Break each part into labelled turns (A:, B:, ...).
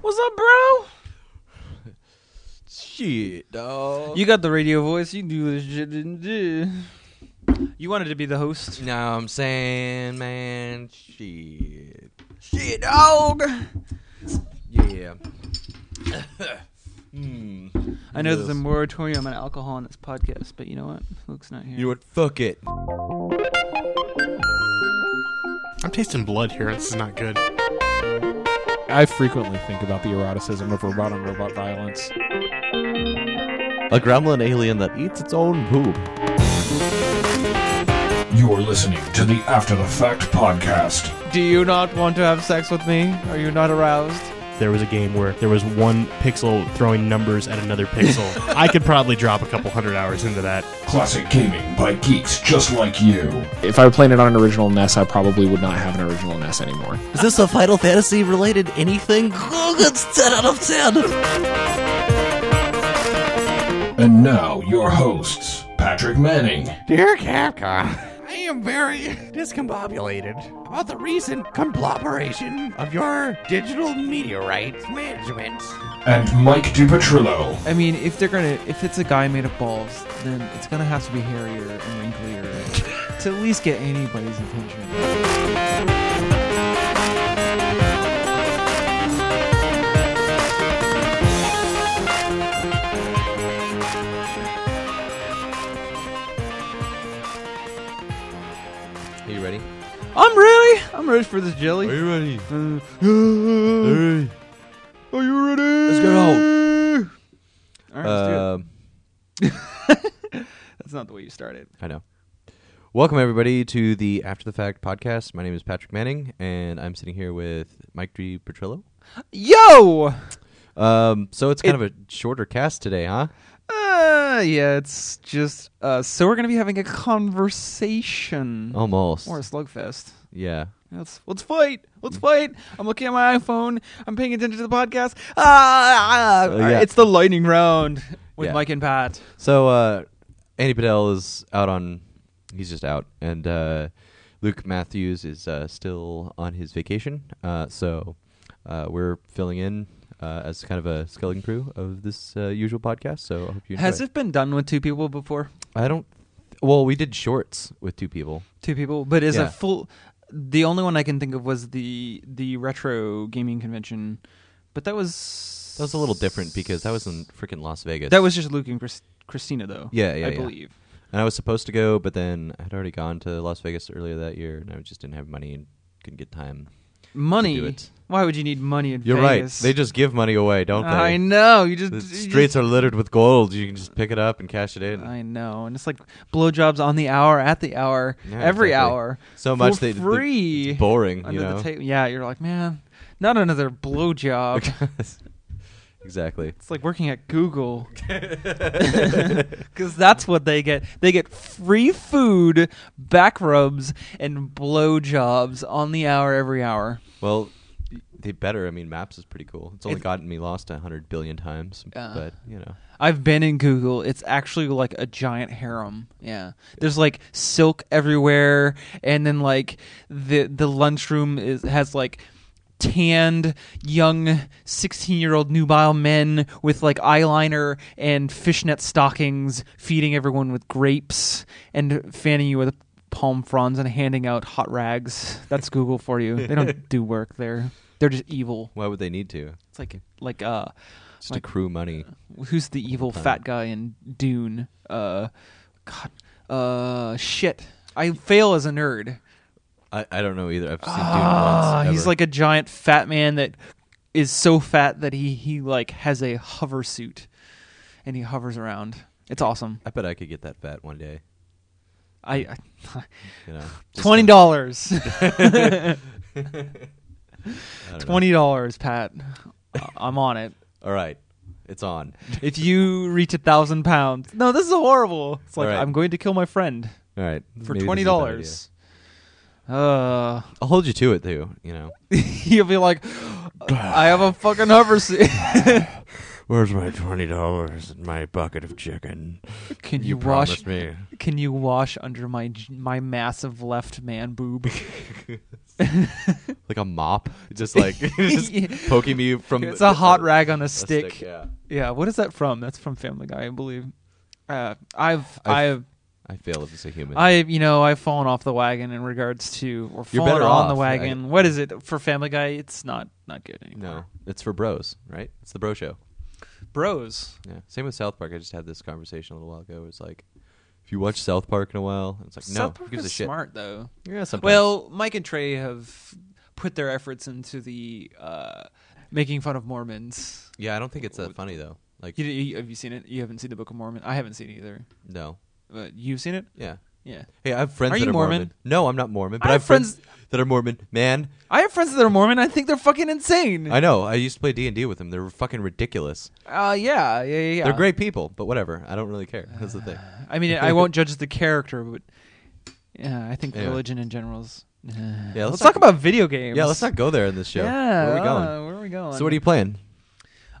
A: What's up, bro?
B: Shit, dog.
A: You got the radio voice. You do this shit. Didn't you? You wanted to be the host.
B: You know what I'm saying, man? Shit. Shit, dog. Yeah. Hmm.
A: I know
B: Yes.
A: there's a moratorium on alcohol on this podcast, but you know what? Luke's not here.
B: You would fuck it.
C: I'm tasting blood here. This is not good.
D: I frequently think about the eroticism of robot on robot violence.
E: A gremlin alien that eats its own poop.
F: You are listening to the After the Fact podcast.
A: do you not want to have sex with me? Are you not aroused?
C: There was a game where there was one pixel throwing numbers at another pixel. I could probably drop a couple hundred hours into that.
F: Classic gaming by geeks just like you.
D: If I were playing it on an original NES, I probably would not have an original NES anymore.
E: Is this a Final Fantasy related anything? Oh, that's 10 out of 10.
F: And now, your hosts, Patrick Manning
G: Dear Capcom, I am very discombobulated about the recent conglomeration of your digital meteorite management.
F: and Mike DiPetrillo.
H: I mean, if they're gonna, if it's a guy made of balls, then it's gonna have to be hairier and wrinklier to at least get anybody's attention.
B: Are you ready?
A: I'm really, I'm ready for this jelly.
B: you ready?
A: Uh,
B: Are you ready? Let's
A: all
B: go.
A: right, let's do
H: Uh,
A: it.
B: Um,
A: That's not the way you started.
B: I know. Welcome everybody to the After the Fact podcast. My name is Patrick Manning, and I'm sitting here with Mike D. Petrillo.
A: Yo.
B: Um, so it's kind of a shorter cast today, huh?
A: Uh, yeah, it's just uh, so we're gonna be having a conversation
B: Almost.
A: or a slugfest.
B: Yeah.
A: Let's let's fight. Let's fight. I'm looking at my iPhone. I'm paying attention to the podcast. Ah, ah,
B: Uh,
A: all right,
B: yeah.
A: it's the lightning round with
B: Yeah.
A: Mike and Pat.
B: So uh, Andy Padell is out on. He's just out, and uh, Luke Matthews is uh, still on his vacation. Uh, so uh, we're filling in uh, as kind of a skeleton crew of this uh, usual podcast. So I hope you enjoy
A: Has it been done with two people before?
B: I don't. Well, we did shorts with two people.
A: Two people, but is
B: Yeah.
A: a full. The only one I can think of was the the retro gaming convention, but that was
B: That was a little different because that was in freaking Las Vegas.
A: that was just Luke and Chris, Christina though.
B: Yeah, yeah,
A: I
B: yeah.
A: believe.
B: and I was supposed to go, but then I had already gone to Las Vegas earlier that year, and I just didn't have money and couldn't get time. do
A: Money.
B: it.
A: Why would you need money in
B: You're
A: Vegas?
B: right. They just give money away, don't they?
A: I know. You just
B: The
A: you
B: streets are littered with gold. You can just pick it up and cash it in.
A: I know, and it's like blowjobs on the hour, at the hour,
B: Yeah,
A: every
B: exactly.
A: hour.
B: So much
A: for
B: they- they-
A: free.
B: it's boring,
A: under
B: you know?
A: the table. Yeah, you're like, man, not another blowjob.
B: exactly.
A: it's like working at Google, because that's what they get. They get free food, back rubs, and blowjobs on the hour, every hour.
B: Well, they better. I mean, Maps is pretty cool. It's only
A: It's-
B: gotten me lost a hundred billion times,
A: Uh.
B: but you know,
A: I've been in Google. It's actually like a giant harem. Yeah. There's like silk everywhere and then like the the lunchroom is has like tanned young 16-year-old nubile men with like eyeliner and fishnet stockings feeding everyone with grapes and fanning you with palm fronds and handing out hot rags. That's Google for you. They don't do work there. They're just evil.
B: why would they need to?
A: It's like like uh
B: Just
A: Like-
B: accrue money.
A: who's the evil fat guy in Dune? Uh, God, uh, shit. I fail as a nerd.
B: I, I don't know either. I've seen Dune
A: Ah,
B: once.
A: he's
B: ever.
A: like a giant fat man that is so fat that he he like has a hover suit, and he hovers around. It's awesome.
B: I bet I could get that fat one day.
A: I, I
B: You know, Just
A: twenty
B: like-
A: dollars,
B: I don't know.
A: twenty dollars, Pat. I'm on it.
B: All right, it's on.
A: If you reach a thousand pounds, no, this is horrible. It's like
B: All right.
A: I'm going to kill my friend
B: All right,
A: for
B: maybe this is a
A: twenty
B: bad
A: dollars. Uh,
B: idea. I'll hold you to it, too. You know,
A: he'll be like, I have a fucking hover suit.
B: Where's my twenty dollars and my bucket of chicken?
A: Can you,
B: You
A: wash
B: promised me.
A: Can you wash under my j- my massive left man boob?
B: Like a mop, just like just
A: Yeah.
B: poking me from.
A: it's a hot rag on a,
B: a
A: stick. yeah.
B: Yeah,
A: what is that from? That's from Family Guy, I believe. Uh, I've I've
B: I've- I fail as a human.
A: I you know I've fallen off the wagon in regards to or
B: You're
A: fallen
B: better
A: on the
B: off.
A: wagon.
B: I-
A: what is it for Family Guy? It's not not good anymore.
B: no, it's for bros, right? It's the bro show.
A: Bros,
B: Yeah. Same with South Park. I just had this conversation a little while ago. It was like, if you watch South Park in a while, it's like, no,
A: South
B: who
A: Park
B: gives
A: is
B: a shit?
A: smart though.
B: Yeah, sometimes.
A: Well, Mike and Trey have put their efforts into the uh, making fun of Mormons.
B: yeah, I don't think it's that funny though. Like,
A: You, you, have you seen it? You haven't seen the Book of Mormon? I haven't seen it either.
B: no,
A: But you've seen it?
B: yeah.
A: Yeah.
B: Hey, I have friends
A: Are
B: that
A: you
B: are Mormon?
A: Mormon?
B: No, I'm not Mormon, but
A: I
B: I
A: have
B: have friends that are Mormon. Man,
A: I have friends that are Mormon. I think they're fucking insane.
B: I know. I used to play D and D with them. They were fucking ridiculous.
A: uh, yeah, yeah, yeah, yeah.
B: They're great people, but whatever. I don't really care. That's the thing.
A: I mean, I won't judge the character, but yeah, I think
B: Anyway.
A: religion in general is.
B: Yeah,
A: Let's talk about video games.
B: Yeah, let's not go there in this show.
A: Yeah,
B: where are we going?
A: uh, where are we going?
B: so, what are you playing?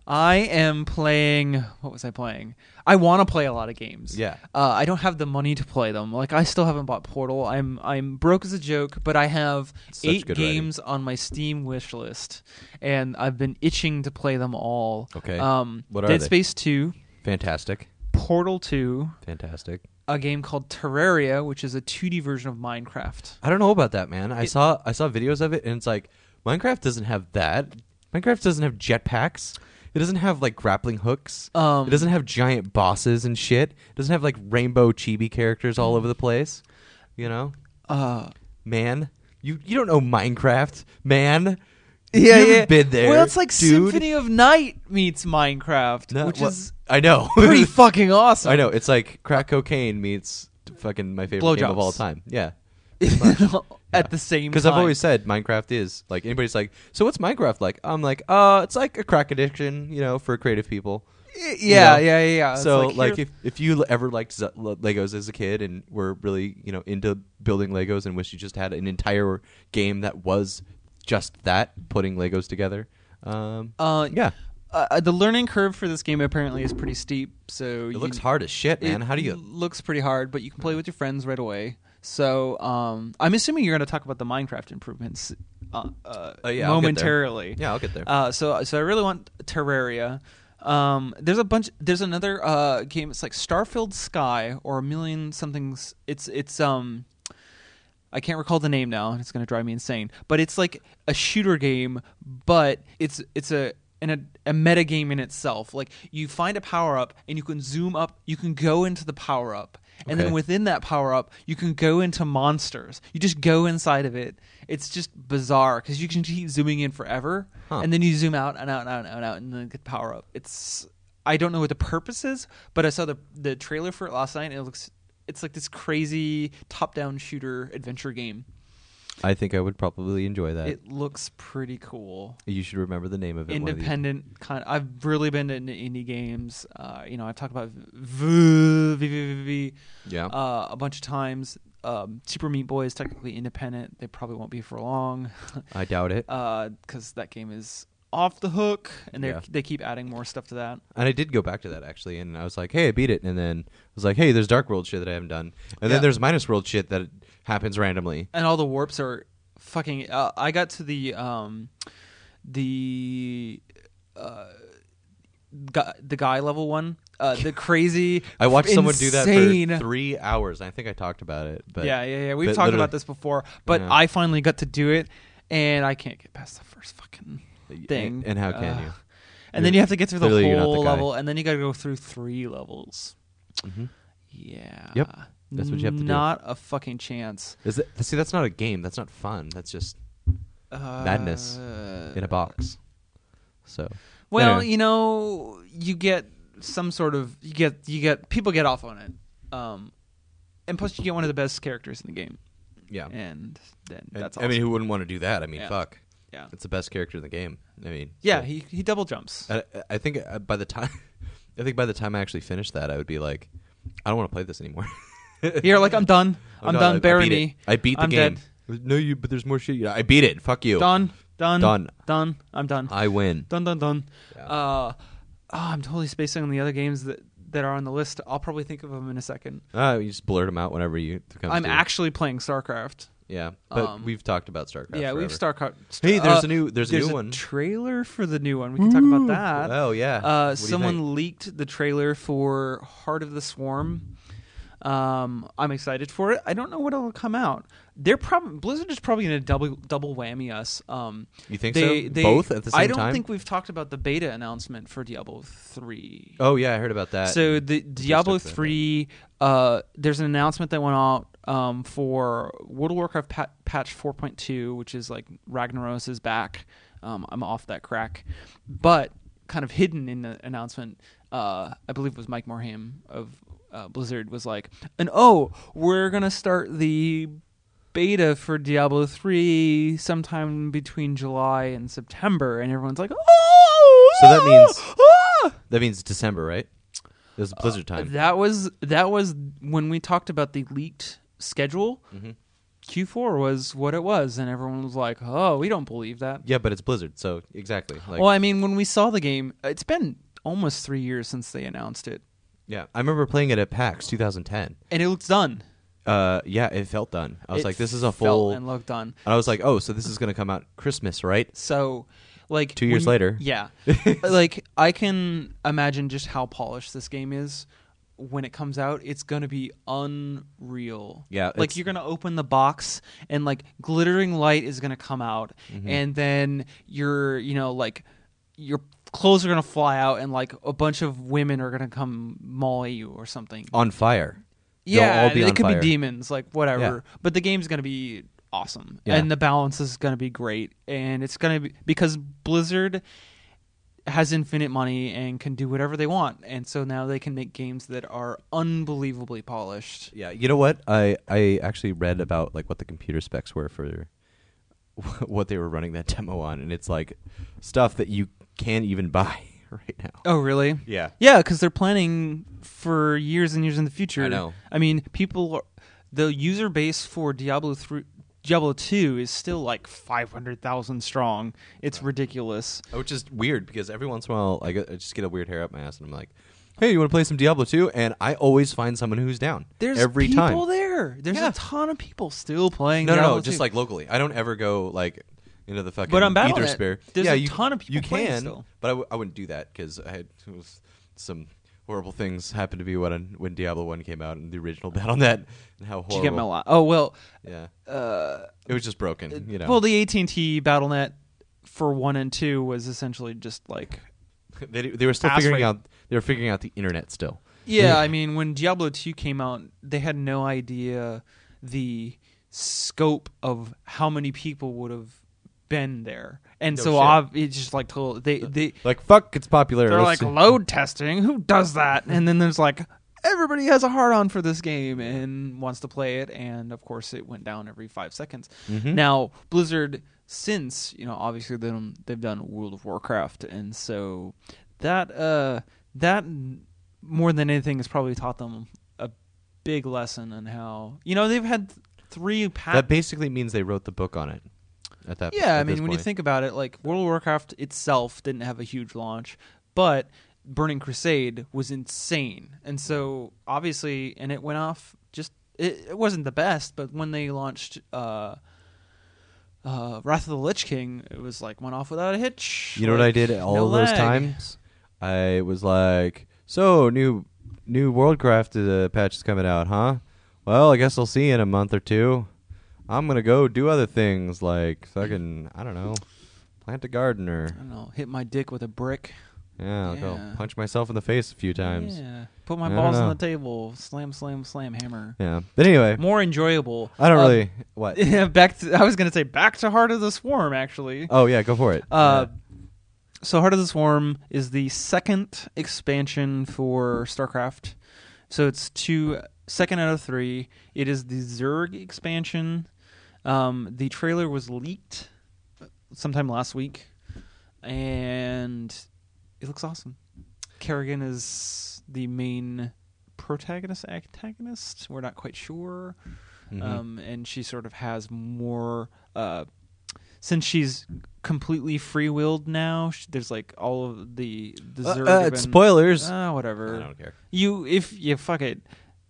A: I am playing. What was I playing? I want to play a lot of games.
B: Yeah.
A: Uh, I don't have the money to play them. Like I still haven't bought Portal. I'm I'm broke as a joke, but I have
B: Such
A: eight
B: good
A: games on my Steam wish list, and I've been itching to play them all.
B: Okay.
A: Um,
B: What are
A: Dead
B: they?
A: Space Two,
B: Fantastic,
A: Portal Two,
B: fantastic.
A: a game called Terraria, which is a 2D version of Minecraft.
B: I don't know about that, man. I saw I saw videos of it, and it's like Minecraft doesn't have that. Minecraft doesn't have jetpacks. It doesn't have like grappling hooks.
A: Um,
B: it doesn't have giant bosses and shit. It doesn't have like rainbow chibi characters all over the place. You know,
A: Uh,
B: man, you you don't know Minecraft, man. you haven't Been there.
A: Well, it's like
B: dude.
A: Symphony of Night meets Minecraft,
B: No,
A: which
B: well,
A: is
B: I know.
A: pretty fucking awesome.
B: I know. It's like crack cocaine meets fucking my favorite game of
A: Blowjobs.
B: all time. Yeah.
A: at the same
B: Because
A: time.
B: I've always said Minecraft is like anybody's like, so what's Minecraft like? I'm like, uh, it's like a crack addiction, you know, for creative people.
A: yeah,
B: you
A: yeah,
B: know?
A: yeah, yeah. Uh, It's
B: So like,
A: here-
B: if if you l- ever liked Z- L- Legos as a kid and were really you know into building Legos and wish you just had an entire game that was just that putting Legos together. Um,
A: uh,
B: yeah,
A: uh, the learning curve for this game apparently is pretty steep. So
B: it looks hard as shit, man. How do you?
A: Looks pretty hard, but you can play with your friends right away. So um, I'm assuming you're going to talk about the Minecraft improvements uh, uh,
B: Oh, yeah, I'll get there.
A: momentarily.
B: Yeah, I'll get there.
A: Uh, so so I really want Terraria. Um, there's a bunch. There's another uh, game. It's like Starfield Sky or a million somethings. It's it's um. I can't recall the name now, and it's going to drive me insane. But it's like a shooter game, but it's it's a and a, a meta game in itself. Like you find a power up, and you can zoom up. You can go into the power up, and
B: Okay.
A: then within that power up, you can go into monsters. You just go inside of it. It's just bizarre because you can keep zooming in forever, and then you zoom out and out and out and out and, out, and then get the power up. It's I don't know what the purpose is, but I saw the the trailer for it last night, and it looks it's like this crazy top-down shooter adventure game.
B: I think I would probably enjoy that.
A: It looks pretty cool.
B: you should remember the name of it. one of these-
A: Independent kind. I've really been into indie games. Uh, you know, I've talked about v- v- v- v- v-
B: Yeah.
A: uh, a bunch of times. Um, Super Meat Boy is technically independent. They probably won't be for long
B: I doubt it.
A: because that game is off the hook, and they
B: Yeah.
A: they keep adding more stuff to that.
B: And I did go back to that actually, and I was like, "Hey, I beat it," and then I was like, "Hey, there's Dark World shit that I haven't done," and
A: Yeah.
B: then there's Minus World shit that happens randomly.
A: and all the warps are fucking uh, i got to the um the uh gu- the guy level one uh the crazy
B: I watched someone do that
A: insane-
B: for three hours, and I think I talked about it. But
A: yeah yeah yeah we've
B: but
A: talked
B: literally-
A: about this before but
B: Yeah.
A: i finally got to do it and i can't get past the first fucking thing
B: And, and how can
A: Ugh.
B: you?
A: and then you have to get through the
B: Clearly you're not the
A: whole
B: guy.
A: level and then you got to go through three levels
B: Mm-hmm.
A: yeah
B: Yep. That's what you have to do.
A: not a fucking chance
B: Is it, see, that's not a game. That's not fun. That's just madness
A: Uh,
B: in a box. So
A: Well,
B: Anyway.
A: you know, you get some sort of you get you get people get off on it, um, and plus you get one of the best characters in the game,
B: yeah,
A: and then
B: And-
A: eh, that's
B: I
A: awesome.
B: mean, who wouldn't want to do that? I mean,
A: Yeah.
B: fuck,
A: yeah,
B: it's the best character in the game. I mean,
A: yeah,
B: so-
A: he he double jumps.
B: I, I think uh, by the time, I think by the time I actually finished that, I would be like, I don't want to play this anymore.
A: You're like, I'm done, I'm,
B: not-
A: done,
B: Oh, I-
A: bury
B: I beat it.
A: me.
B: I beat the
A: I'm
B: game.
A: dead.
B: No, you. But there's more shit. Yeah, I beat it. Fuck you.
A: Done, done,
B: Done. Uh,
A: done. I'm done.
B: I win.
A: Dun dun dun. Uh, oh, I'm totally spacing on the other games that that are on the list. I'll probably think of them in a second.
B: Uh, you just blurt them out whenever you. Comes
A: I'm
B: to.
A: actually playing StarCraft.
B: Yeah, but
A: um,
B: we've talked about StarCraft.
A: yeah, we've
B: forever.
A: StarCraft.
B: Hey,
A: uh,
B: there's a new. There's a new one.
A: Trailer for the new one. We can talk about that.
B: oh yeah.
A: Uh,
B: What do you think?
A: someone leaked the trailer for Heart of the Swarm. Um, I'm excited for it. I don't know what'll come out. They're probably Blizzard is probably going to double double whammy us. Um,
B: You think
A: they,
B: so?
A: They,
B: Both at the
A: I
B: same
A: don't
B: time?
A: think we've talked about the beta announcement for Diablo three.
B: Oh yeah, I heard about that.
A: So the Diablo
B: for that.
A: three, uh, there's an announcement that went out um, for World of Warcraft pa- patch 4.2, which is like Ragnaros is back. Um, I'm off that crack, but kind of hidden in the announcement, uh, I believe it was Mike Morhaime of uh, Blizzard was like, and oh, we're gonna start the beta for Diablo 3 sometime between July and September and everyone's like oh
B: So that means-
A: ah!"
B: that means December, right? It
A: Uh,
B: was Blizzard time.
A: That was that was when we talked about the leaked schedule.
B: Mm-hmm.
A: Q4 was what it was, and everyone was like, "Oh, we don't believe that."
B: yeah, but it's Blizzard, so exactly. Like,
A: well, I mean, when we saw the game, it's been almost three years since they announced it,
B: yeah, I remember playing it at PAX 2010.
A: and it looks done.
B: Uh, yeah, it felt done. I was
A: It
B: like, this is a
A: felt
B: full.
A: and looked done.
B: and I was like, oh, so this is going to come out Christmas, right?
A: So, like
B: Two years
A: when-
B: later.
A: yeah. like I can imagine just how polished this game is when it comes out. It's gonna be unreal.
B: Yeah,
A: like
B: it's-
A: you're gonna open the box and like glittering light is gonna come out,
B: Mm-hmm.
A: and then your you know like your clothes are gonna fly out, and like a bunch of women are gonna come maul you or something.
B: On fire. They'll
A: Yeah,
B: all be
A: it
B: on
A: could
B: fire.
A: be demons, like whatever.
B: Yeah.
A: But the game's gonna be awesome,
B: Yeah.
A: and the balance is gonna be great, and it's gonna be because Blizzard has infinite money and can do whatever they want, and so now they can make games that are unbelievably polished.
B: Yeah, you know what? I I actually read about like what the computer specs were for what they were running that demo on, and it's like stuff that you can't even buy right now.
A: Oh, really?
B: Yeah.
A: Yeah, because they're planning for years and years in the future.
B: I know.
A: I mean, people, are- the user base for Diablo three. Diablo 2 is still like 500,000 strong. It's ridiculous.
B: Which is weird because every once in a while I, get, I just get a weird hair up my ass, and I'm like, "Hey, you want to play some Diablo 2? And I always find someone who's down
A: There's
B: every
A: people
B: time.
A: there. There's
B: Yeah.
A: a ton of people still playing.
B: No, no,
A: Diablo
B: no, just
A: 2.
B: like locally. I don't ever go like into the fucking
A: But on Battle.net,
B: ether spear.
A: there's
B: yeah,
A: a
B: you,
A: ton of people
B: You
A: playing
B: can,
A: still.
B: but I, w- I wouldn't do that because I had it was some horrible things happened to me when when Diablo One came out and the original Battle.net and how horrible.
A: Did you get my lot. Oh well,
B: Yeah, it was just broken. You know,
A: well the AT and T BattleNet for one and two was essentially just like
B: they, they were still
A: Ass
B: figuring
A: rape.
B: out they were figuring out the internet still.
A: yeah. I mean, when Diablo two came out, they had no idea the scope of how many people would have been there, and
B: No
A: so
B: shit.
A: ob- it's just like total, they they
B: Like fuck, it's popular.
A: they're
B: Let's
A: like
B: see.
A: load testing. Who does that? And then there's like everybody has a hard on for this game and wants to play it. And of course, it went down every five seconds.
B: Mm-hmm.
A: Now Blizzard, since you know, obviously they don't, they've done World of Warcraft, and so that uh that more than anything has probably taught them a big lesson on how you know they've had three pat-
B: that basically means they wrote the book on it. At that,
A: yeah, I
B: at
A: mean,
B: this
A: when you
B: point.
A: think about it, like World of Warcraft itself didn't have a huge launch, but Burning Crusade was insane, and so obviously, and it went off. Just it, it wasn't the best, but when they launched uh, uh, Wrath of the Lich King, it was like went off without a hitch.
B: You know what I
A: Like,
B: did all
A: no
B: of those
A: lag.
B: times? I was like, "So new, new Worldcraft uh, patch is coming out, huh? Well, I guess I'll see you in a month or two. I'm gonna go do other things like fucking, I don't know, plant a garden or
A: I don't know, hit my dick with a brick.
B: yeah, I'll go
A: Yeah.
B: punch myself in the face a few times. Yeah.
A: Yeah, put my
B: I don't
A: balls on
B: know.
A: the table, slam, slam, slam, hammer.
B: But anyway,
A: More enjoyable.
B: I don't
A: Uh,
B: really what.
A: back to I was gonna say back to Heart of the Swarm actually.
B: oh yeah, go for it.
A: Uh, so Heart of the Swarm is the second expansion for StarCraft. So it's two second out of three. It is the Zerg expansion. Um, the trailer was leaked sometime last week, and it looks awesome. Kerrigan is the main protagonist, antagonist. We're
B: Mm-hmm.
A: Um, not quite sure, um, and she sort of has more uh, since she's completely free willed now, sh- there's like all of the the
B: Uh,
A: Zurg
B: uh,
A: have been-
B: spoilers.
A: Ah,
B: I
A: whatever.
B: don't care.
A: You if you fuck it,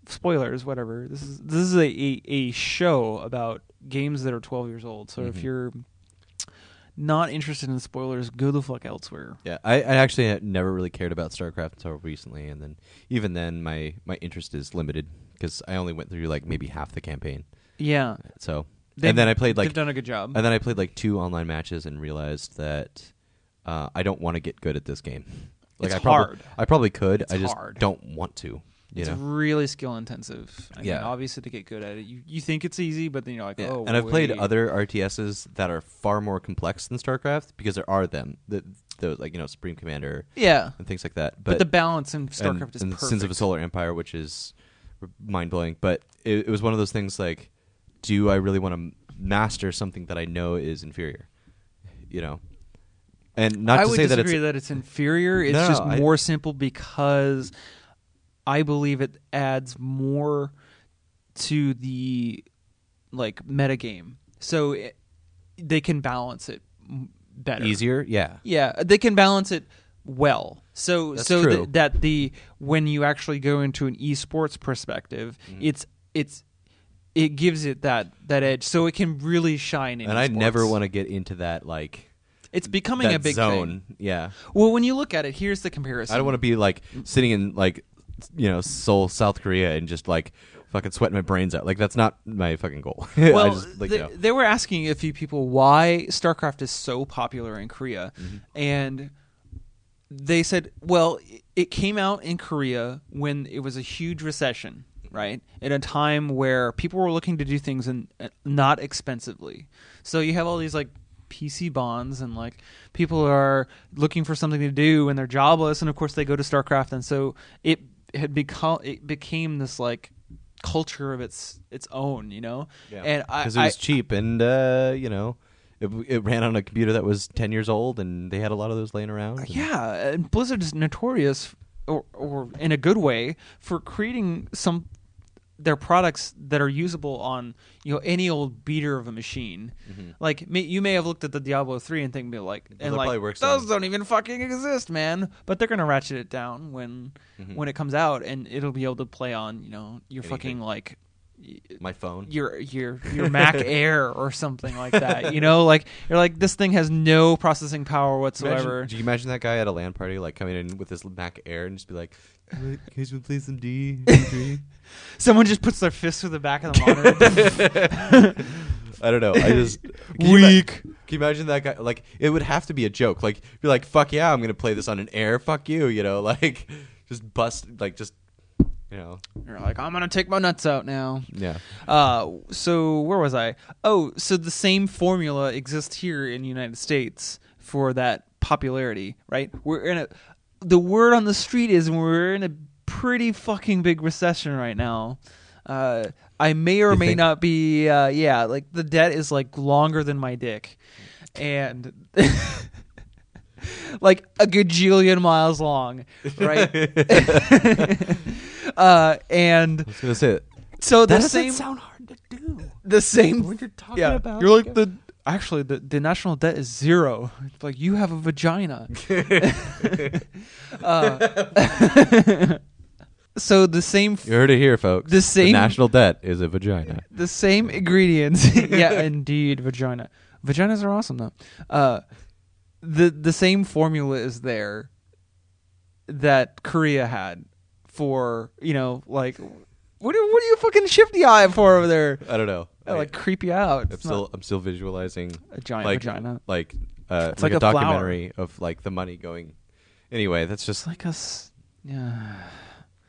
A: spoilers. Whatever. This is this is a a, a show about games that are 12 years old. So
B: Mm-hmm.
A: if you're not interested in spoilers, go the fuck elsewhere.
B: Yeah, I, I actually had never really cared about StarCraft until recently, and then even then, my my interest is limited because I only went through like maybe half the campaign.
A: Yeah.
B: So
A: They've-
B: and then I played like
A: they've done a good job.
B: and then I played like two online matches and realized that uh, I don't want to get good at this game. Like
A: It's
B: I probably
A: hard.
B: I probably could.
A: It's
B: I just
A: hard.
B: don't want to. You
A: it's
B: know.
A: really skill intensive. I
B: Yeah.
A: mean, obviously to get good at it, you, you think it's easy, but then you're like,
B: Yeah,
A: oh.
B: and I've played
A: wait.
B: other RTSs that are far more complex than StarCraft because there are them, the, those like you know Supreme Commander
A: Yeah,
B: and things like that.
A: but, the balance in StarCraft
B: and,
A: is
B: and
A: perfect.
B: Sins of a Solar Empire, which is mind blowing. But it, it was one of those things like, do I really want to master something that I know is inferior? You know, and not
A: I
B: to
A: would
B: say that it's
A: disagree that it's, inferior. It's
B: No,
A: just
B: I-
A: more simple because I believe it adds more to the like metagame. So it, they can balance it m- better.
B: easier. Yeah,
A: Yeah, they can balance it well. So
B: That's
A: so th-
B: true.
A: that the when you actually go into an esports perspective,
B: Mm-hmm.
A: it's it's it gives it that that edge, so it can really shine. in
B: and I never
A: esports.
B: want to get into that like
A: It's becoming
B: that
A: a big
B: zone.
A: thing.
B: Yeah,
A: Well, when you look at it, here's the comparison.
B: I don't want to be like sitting in like you know Seoul, South Korea, and just like fucking sweating my brains out. Like that's not my fucking goal. I
A: Well,
B: just, like,
A: they,
B: you know.
A: they were asking a few people why StarCraft is so popular in Korea,
B: Mm-hmm.
A: and they said, well, i- it came out in Korea when it was a huge recession, right? At a time where people were looking to do things and not expensively. So you have all these like PC bonds and like people are looking for something to do and they're jobless and of course they go to StarCraft and so it had become it became this like culture of its its own, you know? And I,
B: because it
A: I-
B: was cheap and uh, you know it, it ran on a computer that was 10 years old and they had a lot of those laying around and-
A: Uh, Yeah, and Blizzard is notorious, or, or in a good way, for creating some their products that are usable on you know any old beater of a machine. Like may, you may have looked at the Diablo three and think be like, and
B: Mm-hmm. that probably
A: like
B: works
A: those
B: on-
A: don't even fucking exist, man. But they're gonna ratchet it down when
B: Mm-hmm.
A: when it comes out, and it'll be able to play on you know your fucking like
B: my phone
A: your your your Mac Air or something like that. You know, like you're like this thing has no processing power whatsoever.
B: Imagine, do you imagine that guy at a LAN party like coming in with his Mac Air and just be like, "Can you just play some D? D3?"
A: Someone just puts their fist through the back of the monitor.
B: I don't know. I just can you ima- can you imagine that guy? Like it would have to be a joke. Like be like, "Fuck yeah, I'm gonna play this on an Air. Fuck you," you know, like just bust, like just you know,
A: You're like, I'm gonna take my nuts out now.
B: yeah.
A: Uh, so where was I? Oh, so the same formula exists here in the United States for that popularity, right? We're in a the word on the street is we're in a pretty fucking big recession right now. Uh, I may or
B: You
A: may
B: think?
A: not be. Uh, yeah, like the debt is like longer than my dick, and. like a gajillion miles long, right? uh, and
B: I was gonna say
A: so the same
G: hard to do.
A: the same
G: When you're talking about
A: you're like the actually the, the national debt is zero. It's like you have a vagina. Uh, so the same
B: you heard it here, folks.
A: The same-
B: national debt is a vagina.
A: the same ingredients. yeah, indeed, vagina. Vaginas are awesome though. Uh, the the same formula is there that Korea had for you know like what are, what are you fucking shifty eye for over there?
B: I don't know.
A: That, Oh, like creep you out.
B: I'm
A: It's not-
B: still I'm still visualizing
A: A giant
B: like,
A: vagina.
B: like uh,
A: It's
B: like,
A: like
B: a,
A: a flower.
B: documentary of like the money going. Anyway, that's just
A: like us yeah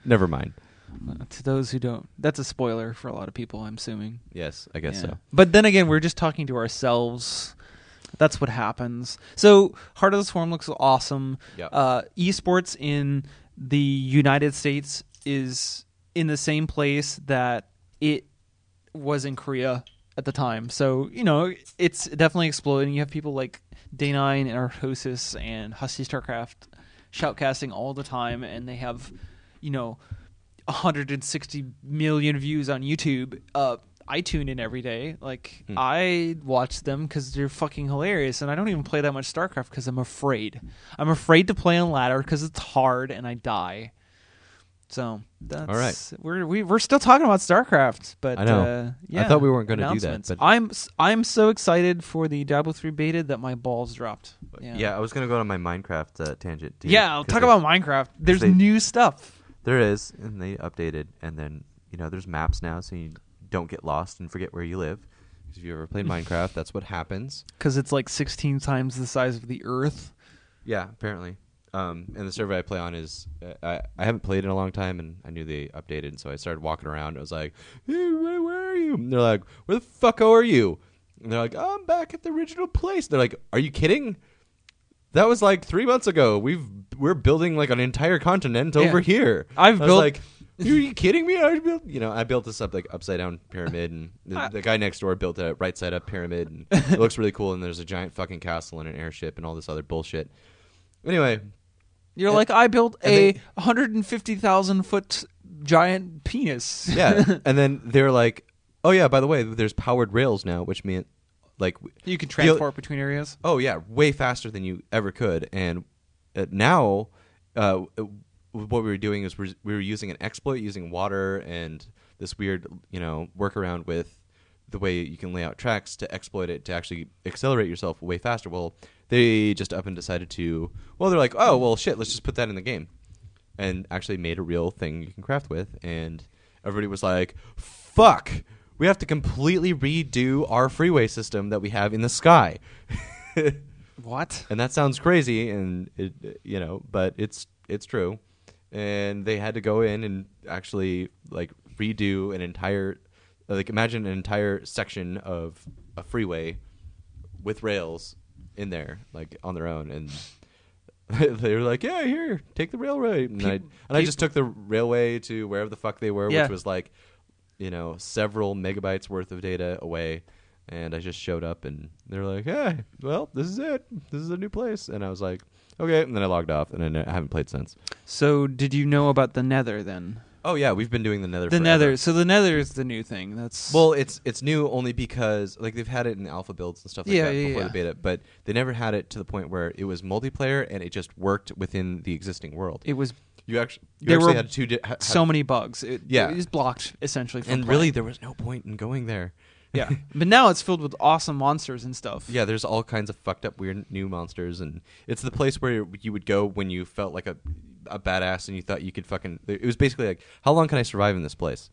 B: never mind.
A: to those who don't that's a spoiler for a lot of people i'm assuming
B: Yes, I guess
A: Yeah.
B: so.
A: but then again we're just talking to ourselves that's what happens so heart of the swarm looks awesome
B: Yep.
A: uh, esports in the united states is in the same place that it was in korea at the time so you know it's definitely exploding you have people like day9 and artosis and husty starcraft shoutcasting all the time and they have you know 160 million views on YouTube. Uh, I tune in every day. Like
B: Hmm.
A: I watch them because they're fucking hilarious, and I don't even play that much StarCraft because I'm afraid. I'm afraid to play on ladder because it's hard and I die. So that's
B: All
A: right. We're we, we're still talking about StarCraft, but
B: I know.
A: Uh,
B: I
A: yeah,
B: thought we weren't gonna do that,
A: announcements.
B: but-
A: I'm s- I'm so excited for the Diablo three beta that my balls dropped.
B: Yeah. I was gonna go on my Minecraft uh, tangent. Too,
A: Yeah, I'll
B: 'cause
A: talk
B: there's-
A: about Minecraft. There's
B: they-
A: new stuff.
B: There is, and they updated, and then you know there's maps now, so you don't get lost and forget where you live. 'Cause if you ever played Minecraft, that's what happens.
A: Because it's like 16 times the size of the Earth.
B: Yeah, apparently. Um, and the server I play on is uh, I, I haven't played in a long time, and I knew they updated, and so I started walking around. I was like, "Hey, where, where are you?" And they're like, "Where the fuck are you?" And they're like, "I'm back at the original place." They're like, "Are you kidding?" That was like three months ago. We've we're building like an entire continent over here.
A: I've
B: I was
A: built-
B: like, are you kidding me? I built you know I built this up like upside down pyramid, and the, the guy next door built a right side up pyramid, and it looks really cool. And there's a giant fucking castle and an airship and all this other bullshit. Anyway,
A: You're like, I built
B: and
A: a
B: they-
A: 150,000 foot giant penis.
B: yeah, and then they're like, oh yeah, by the way, there's powered rails now, which means like
A: you can transport between areas.
B: oh yeah, way faster than you ever could. And uh, now, uh, uh, what we were doing is we're, we were using an exploit using water and this weird, you know, workaround with the way you can lay out tracks to exploit it to actually accelerate yourself way faster. Well, they just up and decided to. Well, they're like, oh well, shit, let's just put that in the game, and actually made a real thing you can craft with. And everybody was like, fuck. We have to completely redo our freeway system that we have in the sky.
A: What?
B: and that sounds crazy and it you know but it's it's true and they had to go in and actually like redo an entire like imagine an entire section of a freeway with rails in there like on their own and they were like yeah here take the railroad and, I, and I just took the railway to wherever the fuck they were
A: Yeah.
B: which was like you know several megabytes worth of data away and I just showed up and they were like, "Hey, well, this is it. This is a new place." And I was like, "Okay." And then I logged off and I ne- I haven't played since.
A: So, did you know about the Nether then?
B: Oh yeah, we've been doing the Nether.
A: The
B: forever.
A: Nether. So, the Nether is the new thing. That's.
B: Well, it's it's new only because like they've had it in alpha builds and stuff like
A: Yeah,
B: that
A: yeah,
B: before
A: yeah.
B: the beta, but they never had it to the point where it was multiplayer and it just worked within the existing world.
A: it was
B: you actually you
A: there
B: actually
A: were
B: had two di- ha- had-
A: so many bugs. It,
B: Yeah.
A: It was blocked essentially from
B: and
A: playing.
B: really there was no point in going there.
A: Yeah. but now it's filled with awesome monsters and stuff.
B: Yeah, there's all kinds of fucked up weird new monsters, and it's the place where you would go when you felt like a a badass and you thought you could fucking. It was basically like, how long can I survive in this place?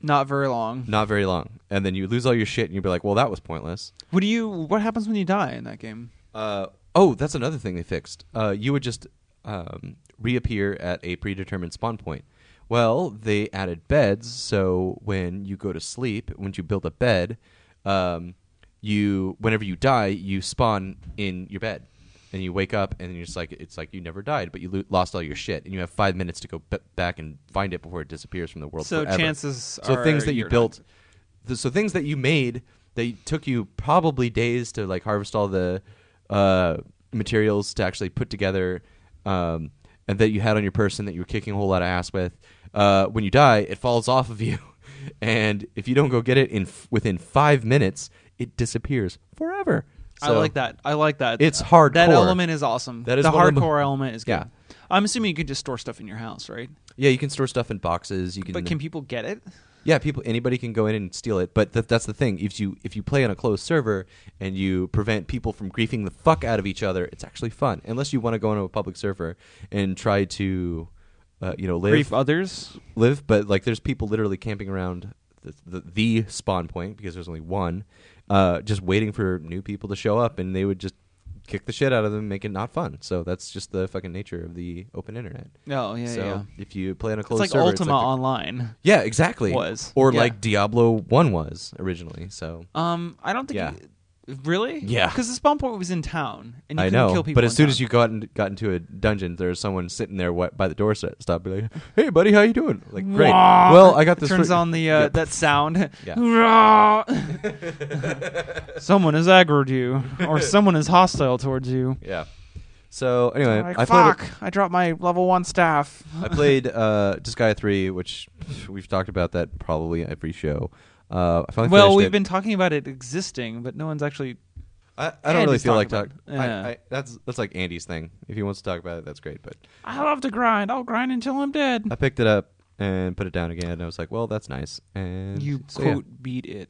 A: Not very long.
B: Not very long, and then you lose all your shit, and you'd be like, well, that was pointless.
A: What do you what happens when you die in that game?
B: Uh, oh, that's another thing they fixed. Uh, you would just um, reappear at a predetermined spawn point. Well, they added beds, so when you go to sleep, once you build a bed, um, you whenever you die, you spawn in your bed, and you wake up, and you're just like it's like you never died, but you lo- lost all your shit, and you have five minutes to go b- back and find it before it disappears from the world.
A: So
B: forever.
A: chances
B: so
A: are
B: things that you
A: you're not-
B: built th- so things that you made that took you probably days to like harvest all the uh, materials to actually put together um, and that you had on your person that you were kicking a whole lot of ass with uh, when you die it falls off of you and if you don't go get it in f- within five minutes it disappears forever
A: I
B: So-
A: like that. I like that.
B: It's
A: That
B: hardcore.
A: element is awesome.
B: That is
A: the
B: one of the-
A: hardcore element is good.
B: Yeah.
A: I'm assuming you can just store stuff in your house, right?
B: yeah you can store stuff in boxes you can
A: But can people get it?
B: Yeah, people anybody can go in and steal it, but th- that's the thing. If you if you play on a closed server and you prevent people from griefing the fuck out of each other, it's actually fun. Unless you want to go into a public server and try to, uh, you know, live
A: Brief others.
B: live. But like, there's people literally camping around the the, the spawn point because there's only one, uh, just waiting for new people to show up, and they would just kick the shit out of them, and make it not fun. So that's just the fucking nature of the open internet.
A: No, Oh, yeah,
B: so
A: yeah.
B: if you play on a
A: It's
B: closed
A: like
B: server,
A: Ultima
B: it's like the-
A: Online.
B: yeah, exactly.
A: Was.
B: or
A: Yeah.
B: like Diablo One was originally. So
A: Um, I don't think.
B: Yeah.
A: you- really?
B: Yeah.
A: Because the spawn point was in town, and you
B: I
A: couldn't
B: know,
A: kill people.
B: but as
A: in
B: soon
A: town.
B: as you got in, got into a dungeon, there was someone sitting there wa- by the doorstop, be like, "Hey, buddy, how you doing?" Like, great. Well, I got this.
A: turns
B: free-
A: on the uh,
B: Yeah.
A: that sound.
B: Yeah.
A: Rah! someone is aggroed you, or someone is hostile towards you.
B: yeah. So anyway,
A: Like,
B: I played.
A: fuck! I dropped my level one staff.
B: I played uh, Disgaea three, which we've talked about that probably every show. Uh, I finally
A: well,
B: finished
A: we've
B: it.
A: been talking about it existing, but no one's actually.
B: I, I don't really
A: Andy's
B: feel like
A: talking
B: talk.
A: about it. Yeah.
B: I, I, that's that's like Andy's thing. If he wants to talk about it, that's great. But
A: I love to grind. I'll grind until I'm dead.
B: I picked it up and put it down again, and I was like, "Well, that's nice." And
A: You
B: so, yeah.
A: quote beat it.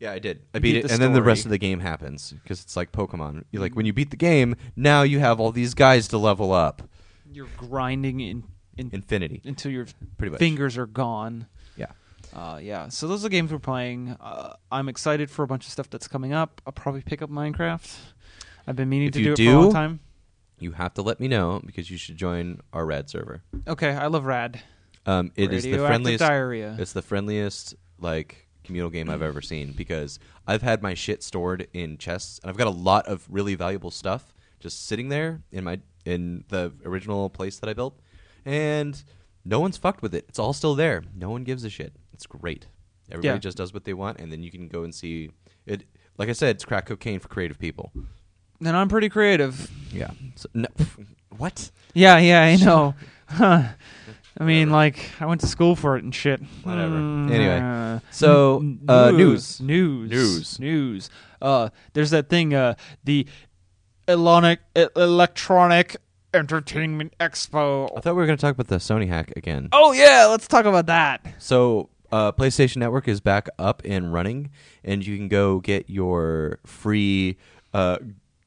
B: Yeah, I did. I beat,
A: beat
B: it,
A: the
B: and then the rest
A: story.
B: of the game happens because it's like Pokemon. You like when you beat the game, now you have all these guys to level up.
A: You're grinding in, in,
B: Infinity,
A: until your
B: pretty much.
A: fingers are gone.
B: Yeah.
A: Uh, yeah. So those are the games we're playing. Uh, I'm excited for a bunch of stuff that's coming up. I'll probably pick up Minecraft. I've been meaning
B: If
A: to
B: you
A: do it for a long
B: do-
A: time.
B: You have to let me know because you should join our Rad server.
A: Okay, I love Rad.
B: Um, it is the
A: Radioactive
B: friendliest.
A: diarrhea.
B: It's the friendliest like communal game I've ever seen because I've had my shit stored in chests and I've got a lot of really valuable stuff just sitting there in my in the original place that I built, and no one's fucked with it. It's all still there. No one gives a shit. It's great. Everybody
A: Yeah.
B: just does what they want, and then you can go and see it. Like I said, it's crack cocaine for creative people.
A: And I'm pretty creative.
B: Yeah. So, no, what?
A: Yeah, yeah, I know. Huh. I mean, like, I went to school for it and shit.
B: Whatever.
A: Mm,
B: Anyway.
A: uh,
B: So
A: n-
B: uh, news.
A: news, news,
B: News.
A: news. Uh, there's that thing, uh, the Elonic, e- Electronic Entertainment
B: I
A: Expo.
B: thought we were going to talk about the Sony hack again.
A: Oh yeah, let's talk about that.
B: So, uh, PlayStation Network is back up and running, and you can go get your free uh,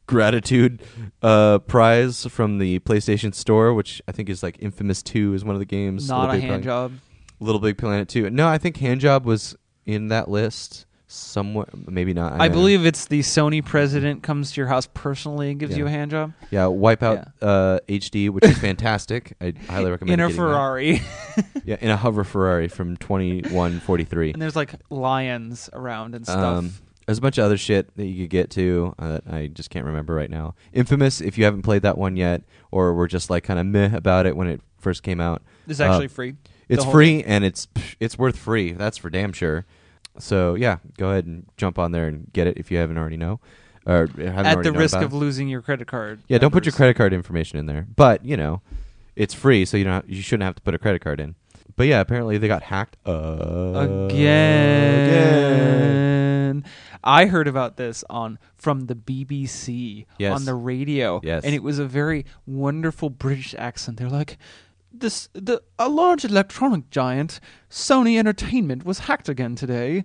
B: gratitude uh, prize from the PlayStation Store, which I think is like Infamous Two is one of the games.
A: Not a
B: Little Big
A: hand
B: Planet-
A: job.
B: Little Big Planet Two. No, I think Handjob was in that list somewhere. Maybe not.
A: I
B: don't know.
A: believe it's the Sony president comes to your house personally and gives
B: Yeah.
A: you a hand job.
B: Yeah, Wipeout Uh, HD, which is fantastic. I highly
A: In
B: recommend.
A: a
B: getting that.
A: Ferrari,
B: Yeah, in a hover Ferrari from twenty one forty three.
A: and there's like lions around and stuff.
B: Um, there's a bunch of other shit that you could get to uh, that I just can't remember right now. Infamous, if you haven't played that one yet, or were just like kind of meh about it when it first came out.
A: it's
B: uh,
A: actually free. The
B: It's
A: whole
B: free and it's psh, it's worth free. That's for damn sure. So yeah, go ahead and jump on there and get it if you haven't already know, or haven't
A: at
B: already
A: the
B: known
A: risk
B: about
A: of
B: it.
A: losing your credit card.
B: yeah. Don't put your
A: numbers.
B: credit card information in there, but you know, it's free, so you don't you shouldn't have to put a credit card in. But yeah, apparently they got hacked uh, again.
A: again. I heard about this on from the BBC
B: Yes.
A: on the radio.
B: Yes.
A: And it was a very wonderful British accent. They're like this the a large electronic giant, Sony Entertainment, was hacked again today.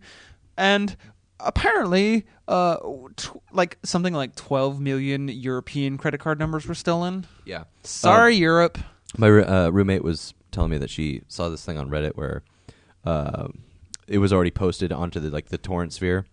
A: And apparently uh tw- like something like 12 million European credit card numbers were stolen.
B: Yeah.
A: Sorry Europe.
B: my roo- uh, roommate was telling me that she saw this thing on Reddit where uh, it was already posted onto the like the torrent sphere,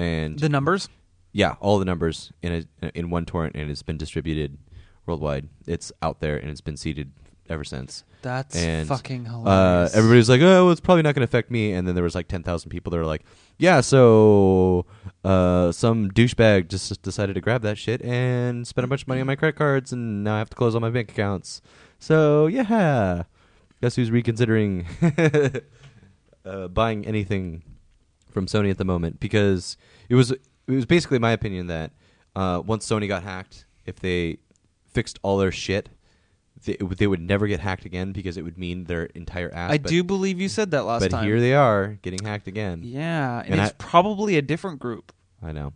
B: and
A: The numbers?
B: yeah, all the numbers in a, in one torrent, and it's been distributed worldwide. It's out there, and it's been seeded ever since.
A: That's
B: and
A: fucking
B: uh,
A: hilarious.
B: everybody's like, "Oh, well, it's probably not going to affect me." And then there was like ten thousand people that were like, "Yeah, so uh, some douchebag just decided to grab that shit and spent a bunch of money on my credit cards, and now I have to close all my bank accounts." So yeah, guess who's reconsidering uh, buying anything from Sony at the moment? Because it was it was basically my opinion that uh, once Sony got hacked, if they fixed all their shit. They, they would never get hacked again because it would mean their entire ass.
A: I
B: but-
A: do believe you said that last
B: but
A: time.
B: here they are getting hacked again.
A: Yeah, and,
B: And
A: it's
B: I-
A: probably a different group.
B: I know,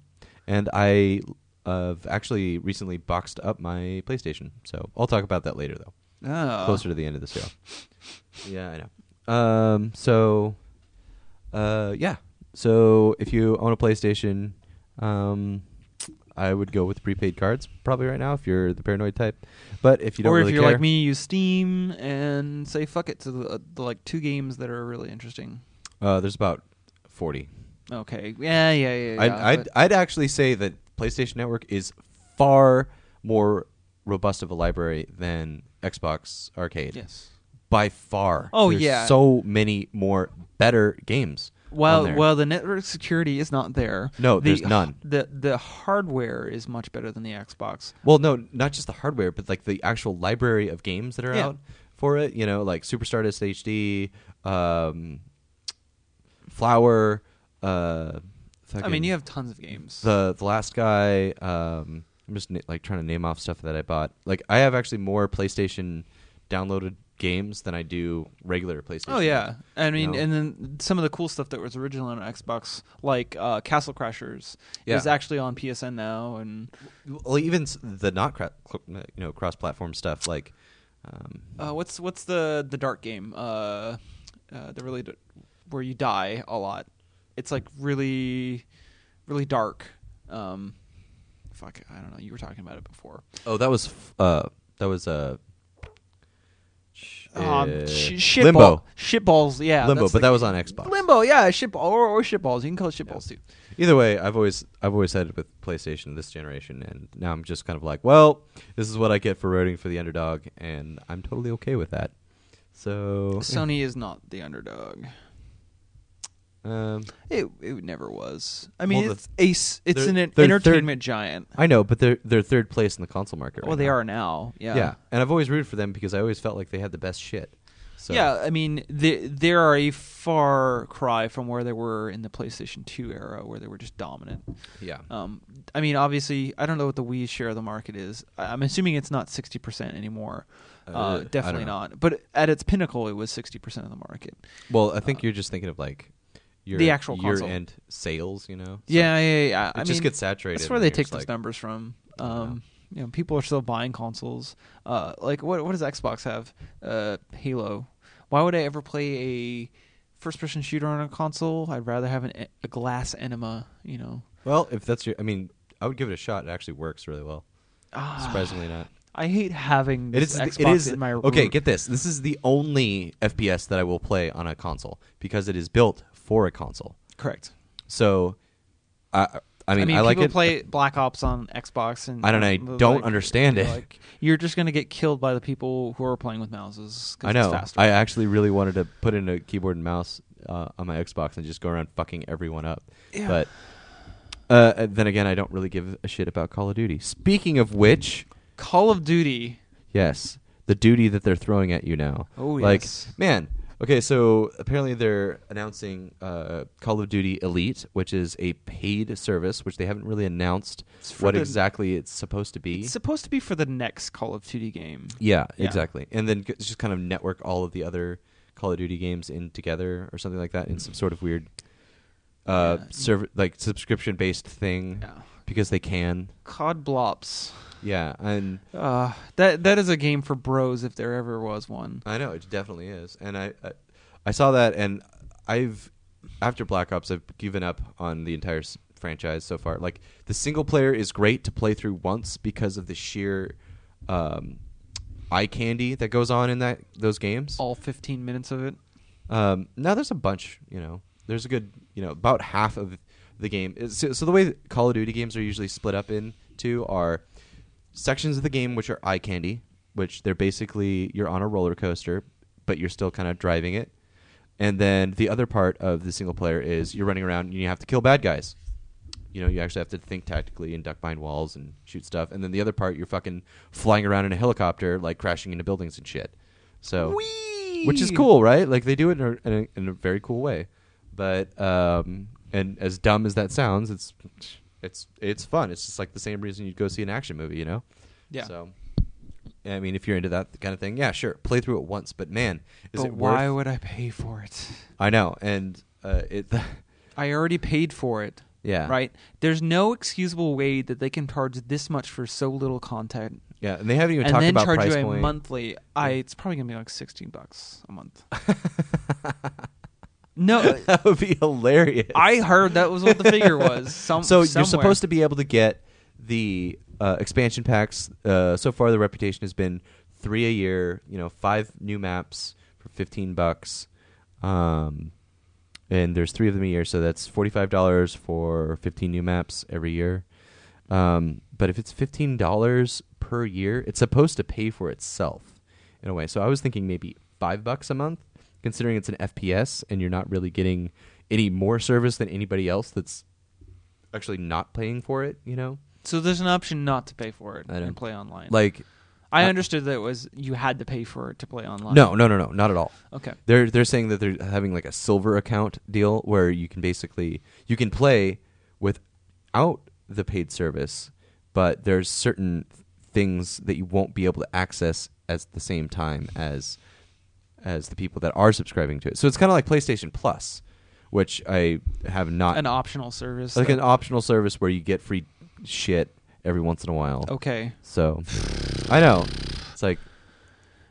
B: and I uh, have actually recently boxed up my PlayStation, so I'll talk about that later, though,
A: Oh.
B: closer to the end of the show. yeah, I know. Um, so, uh, yeah, so if you own a PlayStation, um. I would go with prepaid cards probably right now if you're the paranoid type, but if you don't
A: or
B: really
A: if you're
B: care,
A: like me, use Steam and say fuck it to the, uh, the like two games that are really interesting.
B: uh, there's about forty
A: Okay. Yeah, yeah, yeah.
B: I'd,
A: yeah,
B: I'd,
A: but-
B: I'd actually say that PlayStation Network is far more robust of a library than Xbox Arcade.
A: yes.
B: By far.
A: Oh,
B: There's
A: yeah.
B: So many more better games. on
A: Well,
B: there.
A: well, the network security is not there.
B: No,
A: the,
B: there's none.
A: The the hardware is much better than the Xbox.
B: Well, no, not just the hardware, but like the actual library of games that are
A: Yeah.
B: out for it. You know, like Super Stardust HD, um, Flower. Uh,
A: I mean,
B: fucking-
A: you have tons of games.
B: the the last guy um i'm just na- like trying to name off stuff that i bought like i have actually more playstation downloaded games than I do regular PlayStation.
A: Oh yeah, I mean,
B: No.
A: and then some of the cool stuff that was originally on Xbox, like uh, Castle Crashers,
B: Yeah.
A: is actually on PSN now, and
B: Well, even s- the not cra- cl- you know cross-platform stuff like um,
A: uh, what's what's the the dark game? Uh, uh, the really d- where you die a lot. It's like really, really dark. Um, fuck, I don't know. You were talking about it before.
B: oh that was f- uh that was uh, sh-
A: Um,
B: uh,
A: sh- shit
B: limbo
A: ball- shit balls. Yeah,
B: limbo,
A: that's
B: but
A: the-
B: that was on Xbox.
A: limbo. Yeah, shit ball or, or shit balls. You can call it shit balls too.
B: Either way, I've always I've always had it with PlayStation this generation, and now I'm just kind of like, well, this is what I get for rooting for the underdog, and I'm totally okay with that. So
A: Sony is not the underdog.
B: um,
A: It it never was. I mean,
B: Well, the-
A: it's a s- it's
B: they're-
A: an
B: they're third-
A: entertainment giant.
B: I know, but they're they're third place in the console market.
A: Well,
B: right
A: they
B: now.
A: are now. Yeah.
B: Yeah. and I've always rooted for them because I always felt like they had the best shit. So
A: Yeah, I mean, they they are a far cry from where they were in the PlayStation 2 era, where they were just dominant.
B: yeah.
A: Um, I mean, obviously, I don't know what the Wii's share of the market is. I- I'm assuming it's not 60% anymore. Uh,
B: I don't
A: definitely
B: know.
A: not. But at its pinnacle, it was 60% of the market.
B: Well, I think you're just thinking of like your
A: uh, the actual console.
B: year-end sales. You know. So
A: yeah, yeah, yeah.
B: It
A: I
B: just
A: mean,
B: gets saturated.
A: That's where
B: and
A: they
B: you're
A: take
B: just
A: those
B: like,
A: numbers from. Um, you know, people are still buying consoles. Uh, like what what does Xbox have? Uh, Halo. Why would I ever play a first person shooter on a console? I'd rather have an, e- a glass enema. You know.
B: Well, if that's your, I mean, I would give it a shot. It actually works really well.
A: Ah.
B: Surprisingly, not.
A: I hate having
B: It
A: this
B: is.
A: Xbox
B: it is.
A: in my
B: okay,
A: room.
B: get this. This is the only FPS that I will play on a console because it is built for a console.
A: correct.
B: So, I. I mean,
A: I
B: I,
A: mean,
B: like
A: people
B: it.
A: play Black Ops on Xbox, and
B: I don't know, I
A: and,
B: don't understand
A: you're
B: it.
A: Like, you're just gonna get killed by the people who are playing with mouses. 'cause
B: I know.
A: It's faster.
B: I actually really wanted to put in a keyboard and mouse uh, on my Xbox and just go around fucking everyone up.
A: Yeah.
B: But uh, then again, I don't really give a shit about Call of Duty. Speaking of which,
A: Call of Duty.
B: Yes, the duty that they're throwing at you now.
A: Oh,
B: like,
A: yes.
B: man. Okay, so apparently they're announcing uh, Call of Duty Elite, which is a paid service, which they haven't really announced
A: for
B: what
A: the-
B: exactly it's supposed to be.
A: It's supposed to be for the next Call of Duty game.
B: yeah, exactly. And then g- just kind of network all of the other Call of Duty games in together or something like that in some sort of weird uh, serv- like subscription based thing
A: Yeah.
B: because they can.
A: COD Blops.
B: Yeah, and
A: Uh, that that is a game for bros if there ever was one.
B: I know it definitely is, and I, I, I saw that, and I've after Black Ops, I've given up on the entire s- franchise so far. Like the single player is great to play through once because of the sheer um, eye candy that goes on in that those games.
A: All 15 minutes of it.
B: Um, now there's a bunch, you know. There's a good, you know, about half of the game. is- So, so the way that Call of Duty games are usually split up into are sections of the game which are eye candy, which they're basically you're on a roller coaster, but you're still kind of driving it. And then the other part of the single player is you're running around and you have to kill bad guys. You know, you actually have to think tactically and duck behind walls and shoot stuff. And then the other part, you're fucking flying around in a helicopter, like crashing into buildings and shit. So, which is cool, right? Like they do it in a, in a, in a very cool way. But um, and as dumb as that sounds, it's it's it's fun. It's just like the same reason you'd go see an action movie, you know?
A: Yeah.
B: So, I mean, if you're into that kind of thing, yeah, sure, play through it once. But man, is
A: but
B: it
A: why
B: worth?
A: would I pay for it?
B: I know, and uh, it.
A: I already paid for it.
B: Yeah.
A: Right? There's no excusable way that they can charge this much for so little content.
B: Yeah, and they haven't even
A: and
B: talked
A: then
B: about
A: charge
B: price
A: you a
B: point.
A: monthly. I it's probably gonna be like sixteen bucks a month. no,
B: That would be hilarious.
A: I heard that was what the figure was. Some,
B: so
A: somewhere.
B: you're supposed to be able to get the uh, expansion packs. Uh, so far, the reputation has been three a year. You know, five new maps for fifteen bucks, um, and there's three of them a year. So that's forty five dollars for fifteen new maps every year. Um, but if it's fifteen dollars per year, it's supposed to pay for itself in a way. So I was thinking maybe five bucks a month, considering it's an FPS and you're not really getting any more service than anybody else that's actually not paying for it, you know?
A: So there's an option not to pay for it
B: I don't-
A: and play online.
B: Like
A: I
B: uh,
A: understood that it was you had to pay for it to play online.
B: no, no, no, no, not at all.
A: Okay.
B: They're they're saying that they're having like a silver account deal where you can basically you can play without the paid service, but there's certain things that you won't be able to access at the same time as as the people that are subscribing to it. So it's kind of like PlayStation Plus, which I have not
A: an optional service.
B: like
A: that-
B: an optional service where you get free shit every once in a while.
A: okay.
B: So I know it's like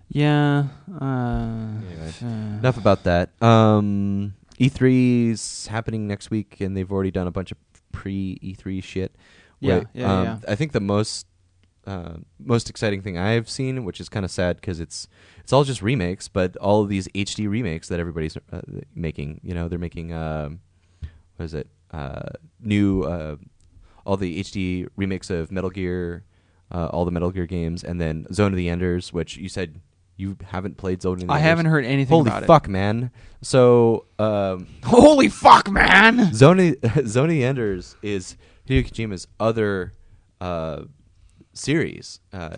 A: Yeah. Uh,
B: Anyway.
A: uh,
B: enough about that. Um, E3's happening next week, and they've already done a bunch of pre E3 shit.
A: Yeah,
B: Wait,
A: yeah,
B: um,
A: yeah.
B: I think the most uh, most exciting thing I've seen, which is kind of sad because it's it's all just remakes, but all of these HD remakes that everybody's uh, making. You know, they're making um, what is it? Uh, new uh, all the HD remakes of Metal Gear, uh, all the Metal Gear games, and then Zone of the Enders, which you said you haven't played Zone of the
A: I
B: Enders.
A: haven't heard anything
B: Holy
A: about it.
B: fuck, man! So um,
A: Holy fuck, man!
B: Zone Zone of the Enders is Hideo Kojima's other uh, series. Uh,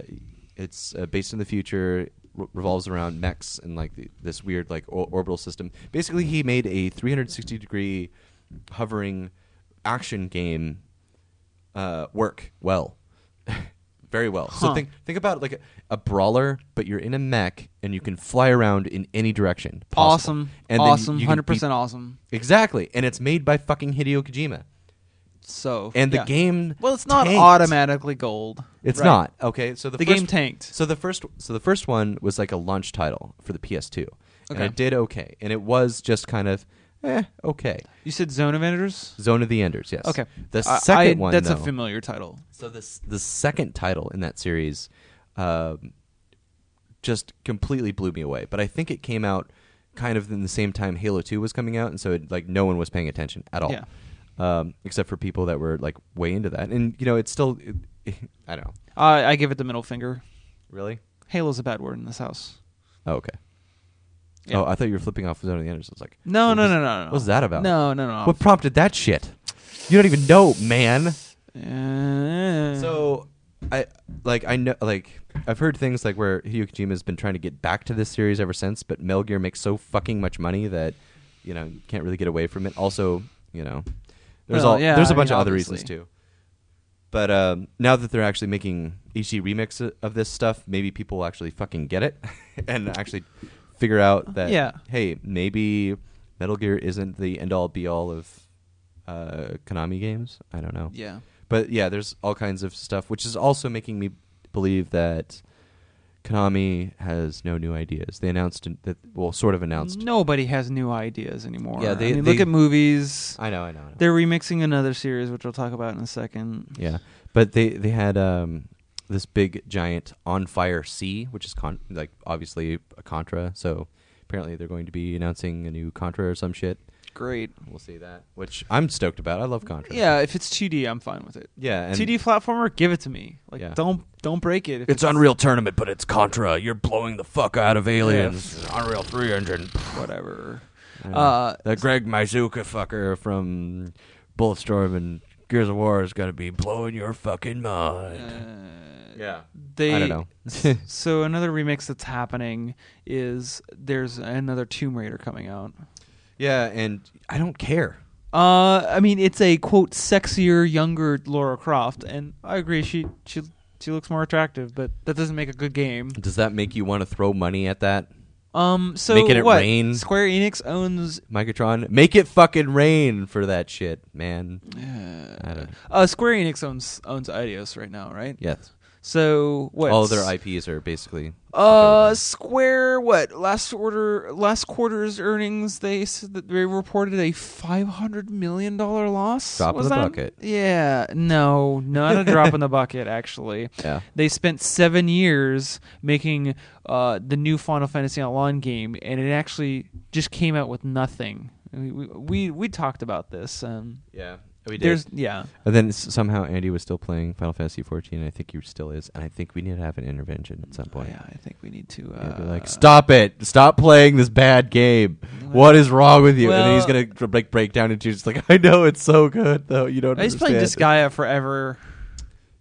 B: it's uh, based in the future, re- revolves around mechs and like the, this weird like o- orbital system. Basically, he made a 360 degree hovering action game uh, work well, very well. So
A: Huh.
B: think think about like a, a brawler, but you're in a mech and you can fly around in any direction. possible.
A: Awesome.
B: and then
A: awesome.
B: you can
A: Hundred percent
B: beat-
A: awesome.
B: Exactly, and it's made by fucking Hideo Kojima.
A: So
B: And the
A: yeah.
B: game
A: Well, it's not
B: tanked.
A: automatically gold.
B: It's
A: Right.
B: not okay. So the,
A: The
B: first,
A: game tanked.
B: So the first, so the first one was like a launch title for the PS2, and
A: Okay.
B: it did okay, and it was just kind of eh okay.
A: You said Zone of Enders.
B: Zone of the Enders, yes.
A: Okay.
B: The
A: I-
B: second
A: I-
B: one,
A: That's a
B: though-
A: familiar title.
B: So this the second title in that series, um, just completely blew me away. But I think it came out kind of in the same time Halo Two was coming out, and so it, like no one was paying attention at all,
A: Yeah.
B: um, except for people that were like way into that. And you know, it's still, it, I don't know,
A: I I give it the middle finger.
B: really.
A: Halo's a bad word in this house.
B: Oh, okay.
A: Yeah.
B: Oh, I thought you were flipping off Zone of the Enders. I was like,
A: No,
B: what
A: no,
B: was-
A: no, no, no.
B: What's that about?
A: No, no, no.
B: What prompted that shit? You don't even know, man.
A: Uh,
B: So I like I know like I've heard things like where Hideo Kojima has been trying to get back to this series ever since, but Metal Gear makes so fucking much money that you know you can't really get away from it. Also, you know, there's
A: Well,
B: all
A: yeah,
B: there's a
A: I
B: bunch
A: mean,
B: of other
A: obviously.
B: reasons too. But um, now that they're actually making HD remix o- of this stuff, maybe people will actually fucking get it and actually figure out that
A: Yeah.
B: hey, maybe Metal Gear isn't the end all be all of uh, Konami games. I don't know
A: yeah.
B: but yeah, there's all kinds of stuff, which is also making me believe that Konami has no new ideas. They announced an- that, well, sort of announced.
A: Nobody has new ideas anymore.
B: Yeah, they-
A: I mean,
B: they-
A: look at movies.
B: I know, I know, I know.
A: They're remixing another series, which we'll talk about in a second.
B: yeah, but they they had um, this big giant on fire C, which is con- like obviously a Contra. So apparently they're going to be announcing a new Contra or some shit.
A: Great.
B: We'll see that, which I'm stoked about. I love Contra.
A: Yeah, if it's 2D, I'm fine with it.
B: yeah, and
A: 2D platformer, give it to me. Like,
B: Yeah.
A: don't don't break it. If
E: It's Unreal Tournament, but it's Contra. You're blowing the fuck out of aliens. Unreal 3 engine.
A: whatever.
B: Yeah.
A: Uh,
E: That Greg Mizuka
B: fucker from
E: Bulletstorm and Gears of War is going to be blowing your fucking mind.
B: yeah.
A: uh, they
B: I don't know.
A: s- so another remix that's happening is there's another Tomb Raider coming out.
B: Yeah, and I don't care.
A: Uh, I mean, it's a quote sexier, younger Laura Croft, and I agree she she she looks more attractive, but that doesn't make a good game.
B: Does that make you want to throw money at that?
A: Um, so
B: Making it
A: what?
B: rain.
A: Square Enix owns
B: Microtron, make it fucking rain for that shit, man. I don't
A: uh Square Enix owns owns Idios right now, right?
B: Yes.
A: So what?
B: All their IPs are basically.
A: Uh, Square. What last order? Last quarter's earnings, they said that they reported a five hundred million dollar loss.
B: Drop in
A: Was
B: the
A: that-
B: bucket.
A: Yeah, no, not a drop in the bucket. Actually,
B: Yeah.
A: they spent seven years making uh the new Final Fantasy Online game, and it actually just came out with nothing. We we we, we talked about this. Um,
B: Yeah. We did.
A: there's yeah.
B: and then s- somehow Andy was still playing Final Fantasy 14, and I think he still is, and I think we need to have an intervention at some point.
A: Yeah, I think we need to.
B: And
A: Uh,
B: be like, stop it! Stop playing this bad game. what is wrong with you? and then he's
A: well-
B: gonna dr- like break down into just like, I know it's so good though. You don't.
A: I just played
B: understand."
A: Disgaea forever.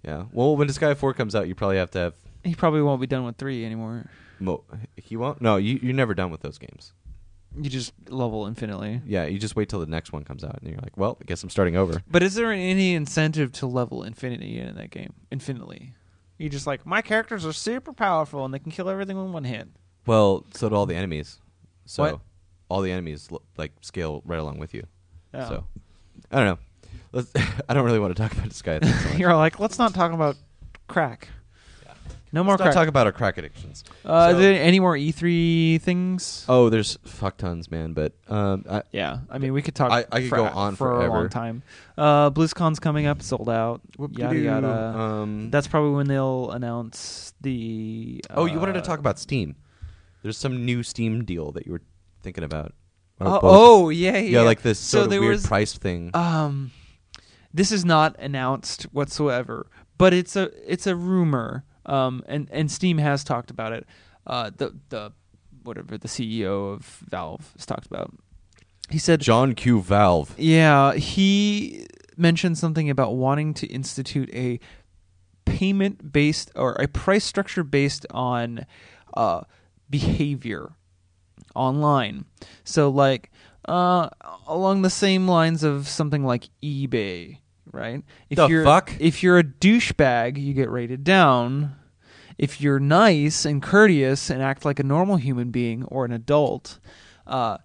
B: Yeah. Well, when Disgaea 4 comes out, you probably have to have
A: He probably won't be done with three anymore.
B: Mo- he won't. No, you you're never done with those games.
A: You just level infinitely.
B: Yeah, you just wait till the next one comes out, and you're like, well, I guess I'm starting over.
A: But is there any incentive to level infinity in that game? Infinitely. You're just like, my characters are super powerful and they can kill everything in one hit.
B: Well, so do all the enemies. So
A: What?
B: all the enemies l- like scale right along with you.
A: Oh.
B: So I don't know. Let's, I don't really want to talk about this guy. So much.
A: You're like, let's not talk about crack. No more
B: Let's not
A: crack.
B: talk about our crack addictions.
A: uh,
B: so-
A: are there any more E3 things?
B: Oh, there's fuck tons, man. But um, I,
A: Yeah, I mean, we could talk.
B: I- I could
A: for,
B: go on
A: for a
B: forever.
A: long time. Uh, BlizzCon's coming up, sold out. Yada
B: Whoop-de-doo.
A: yada.
B: Um,
A: That's probably when they'll announce the.
B: oh, you wanted to
A: uh,
B: talk about Steam. There's some new Steam deal that you were thinking about. Or
A: Oh,
B: both.
A: oh yeah, yeah,
B: yeah, like this
A: So
B: sort of
A: there
B: weird
A: was-
B: price thing.
A: um this is not announced whatsoever but it's a it's a rumor um and and steam has talked about it uh the the whatever the ceo of valve has talked about he said
B: John Q. Valve.
A: yeah he mentioned something about wanting to institute a payment based or a price structure based on uh behavior online. So like uh along the same lines of something like eBay, right? If
B: The
A: you're
B: fuck?
A: if you're a douchebag, you get rated down. If you're nice and courteous and act like a normal human being or an adult, uh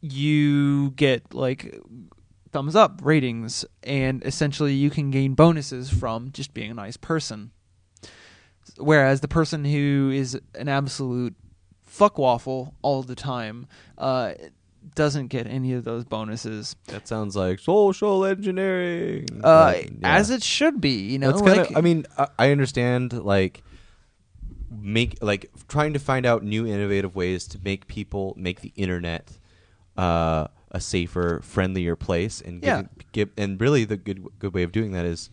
A: you get like thumbs up ratings and essentially you can gain bonuses from just being a nice person whereas the person who is an absolute fuck waffle all the time uh, doesn't get any of those bonuses
B: That sounds like social engineering.
A: uh,
B: But, yeah.
A: as it should be you know
B: That's kind
A: like-
B: of. I mean, I, I understand like make like trying to find out new innovative ways to make people make the internet uh, a safer, friendlier place, and give,
A: Yeah.
B: give, and really the good good way of doing that is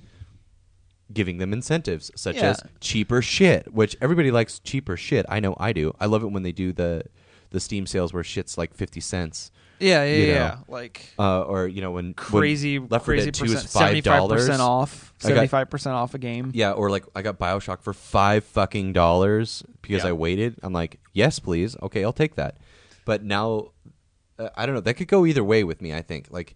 B: giving them incentives such
A: Yeah.
B: as cheaper shit, which everybody likes cheaper shit. I know I do. I love it when they do the the Steam sales where shit's like fifty cents.
A: yeah yeah
B: you know,
A: yeah like
B: Uh, or you know when when
A: crazy
B: Left 4
A: crazy
B: Dead 2 is
A: percent
B: $5.
A: 75% off
B: I got-
A: 75% off a game
B: Yeah, or like I got Bioshock for five fucking dollars because I waited. I'm like, yes, please. Okay, I'll take that. But now, uh, I don't know. That could go either way with me. I think like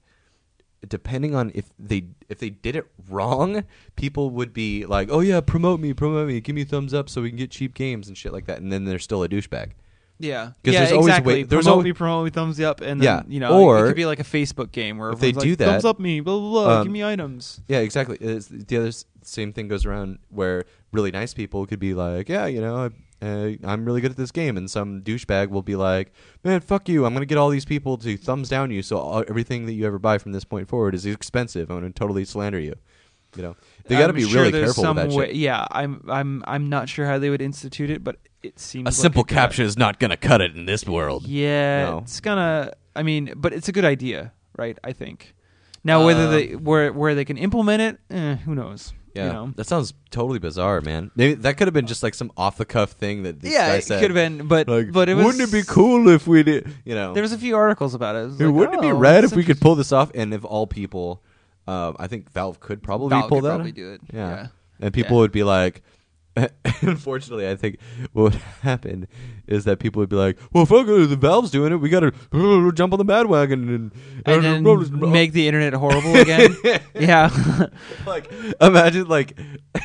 B: depending on if they if they did it wrong, people would be like, oh yeah, promote me, promote me, give me thumbs up so we can get cheap games and shit like that. And then they're still a douchebag.
A: Yeah,
B: 'Cause
A: yeah,
B: there's always
A: exactly.
B: wait- there's
A: promote
B: always-
A: me, promote me, thumbs up, and then
B: Yeah,
A: you know,
B: or-
A: it could be like a Facebook game where
B: if they
A: everyone's
B: do
A: like,
B: that-
A: thumbs up me, blah blah blah,
B: Um,
A: give me items.
B: Yeah, exactly. It's, the other s- same thing goes around where really nice people could be like, yeah, you know, I, uh, I'm really good at this game, and some douchebag will be like, man, fuck you. I'm gonna get all these people to thumbs down you, so all, everything that you ever buy from this point forward is expensive. I'm gonna totally slander you. You know, they got to
A: I'm
B: be
A: sure
B: really
A: there's
B: careful with
A: some
B: that
A: way,
B: shit.
A: Yeah, I'm, I'm, I'm not sure how they would institute it, but it seems
E: A
A: like
E: simple
A: a good-
E: caption is not going to cut it in this world.
A: Yeah,
B: No.
A: it's gonna. I mean, but it's a good idea, right? I think. Now, whether they where where they can implement it, eh, who knows?
B: Uh, Yeah,
A: you know?
B: that sounds totally bizarre, man. Maybe that could have been just like some off the cuff thing that this
A: yeah,
B: guy
A: it
B: said.
A: could have been, but
B: Like,
A: but it was.
B: wouldn't it be cool if we did? You know,
A: There was a few articles about it. It, was
B: Dude,
A: like,
B: wouldn't it be
A: oh,
B: rad
A: that's
B: if we could
A: interesting.
B: pull this off? And if all people, um, I think Valve could probably
A: Valve
B: pull
A: could
B: that.
A: probably
B: off.
A: do it,
B: Yeah.
A: yeah.
B: And people
A: Yeah.
B: would be like, unfortunately, I think what would happen is that people would be like, well, fuck it, the Valve's doing it. We got to jump on the bandwagon and,
A: and then make the internet horrible again? yeah.
B: like imagine like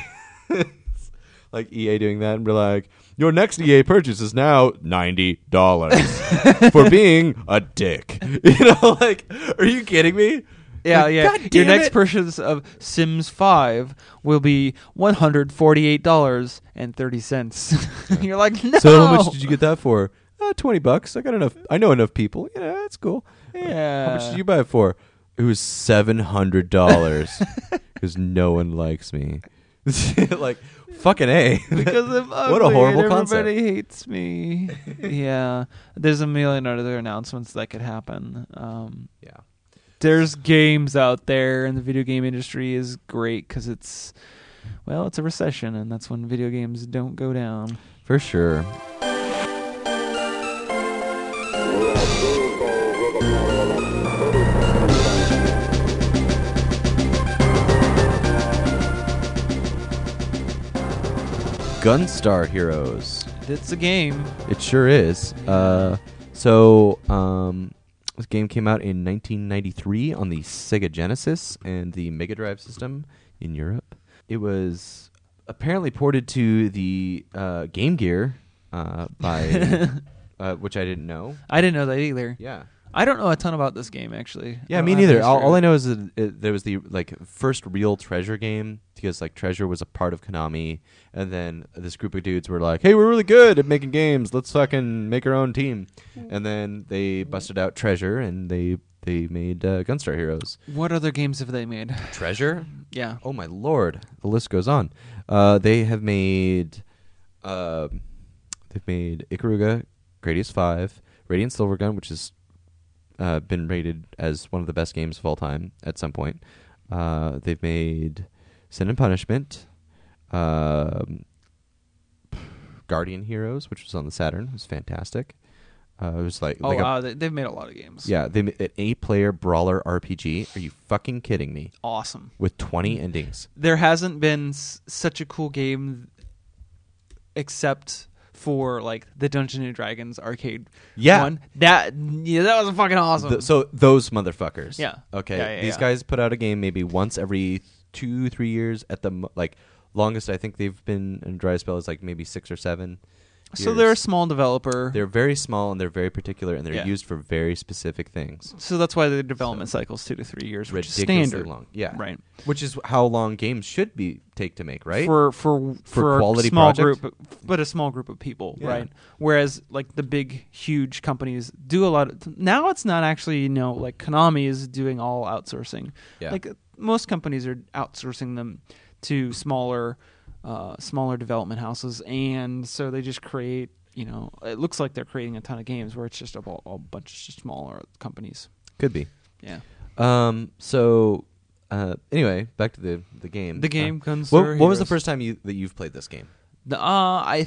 B: like EA doing that and be like, your next EA purchase is now ninety dollars for being a dick. You know, like, are you kidding me?
A: Yeah,
B: Like,
A: yeah.
B: God
A: Your
B: damn
A: next
B: it.
A: purchase of Sims Five will be one hundred forty-eight dollars and thirty cents. You're like, no.
B: So how much did you get that for? Uh, Twenty bucks. I got enough. I know enough people. You know, that's cool.
A: Yeah.
B: How much did you buy it for? It was seven hundred dollars because no one likes me. like fucking a.
A: Because I'm ugly
B: what a horrible
A: and
B: concept.
A: everybody hates me. yeah, there's a million other announcements that could happen. Um,
B: Yeah.
A: there's games out there, and the video game industry is great because it's, well, it's a recession, and that's when video games don't go down.
B: For sure. Gunstar Heroes.
A: It's a game.
B: It sure is. Uh, so, um, this game came out in 1993 on the Sega Genesis and the Mega Drive system in Europe. It was apparently ported to the uh, Game Gear uh, by uh, which I didn't know.
A: I didn't know that either.
B: Yeah.
A: I don't know a ton about this game actually.
B: Yeah,
A: I
B: me
A: don't have
B: neither.
A: the
B: All, all
A: history.
B: I know is that it, there was the like first real Treasure game because like Treasure was a part of Konami, and then this group of dudes were like, "Hey, we're really good at making games. Let's fucking make our own team." And then they busted out Treasure, and they they made uh, Gunstar Heroes.
A: What other games have they made?
B: Treasure?
A: Yeah.
B: Oh my lord! The list goes on. Uh, they have made, uh, they've made Ikaruga, Gradius Five, Radiant Silvergun, which has uh, been rated as one of the best games of all time at some point. Uh, they've made Sin and Punishment, um, Guardian Heroes, which was on the Saturn. It was fantastic. Uh, it was like,
A: Oh,
B: like a-
A: wow, they, they've made a lot of games.
B: yeah, they ma- an eight-player brawler RPG. Are you fucking kidding me?
A: Awesome.
B: With
A: Mm.
B: twenty endings.
A: There hasn't been s- such a cool game except for like the Dungeons and Dragons arcade
B: Yeah.
A: one. That yeah, that was fucking awesome.
B: Th- so those motherfuckers.
A: Oh. Yeah.
B: Okay.
A: Yeah, yeah,
B: These
A: yeah.
B: guys put out a game maybe once every two, three years at the mo- like longest. I think they've been in dry spell is like maybe six or seven.
A: so
B: years.
A: they're a small developer.
B: they're very small and they're very particular and they're
A: Yeah.
B: used for very specific things.
A: so that's why the development cycle's two to three years, which is
B: Ridiculously
A: standard.
B: long. Yeah.
A: Right.
B: Which is how long games should be take to make, right?
A: for for for,
B: quality
A: a small
B: project?
A: group, but a small group of people,
B: Yeah.
A: right? Whereas like the big huge companies do a lot. Of, now it's not actually you know like Konami is doing all outsourcing.
B: Yeah.
A: Like most companies are outsourcing them to smaller uh, smaller development houses, and so they just create. You know, it looks like they're creating a ton of games where it's just a, bu- a bunch of smaller companies.
B: Could be.
A: Yeah,
B: Um. So. Uh, anyway, back to the the game.
A: The game,
B: Uh,
A: Gunstar
B: what, what was the
A: Heroes.
B: first time you that you've played this game?
A: The, uh, I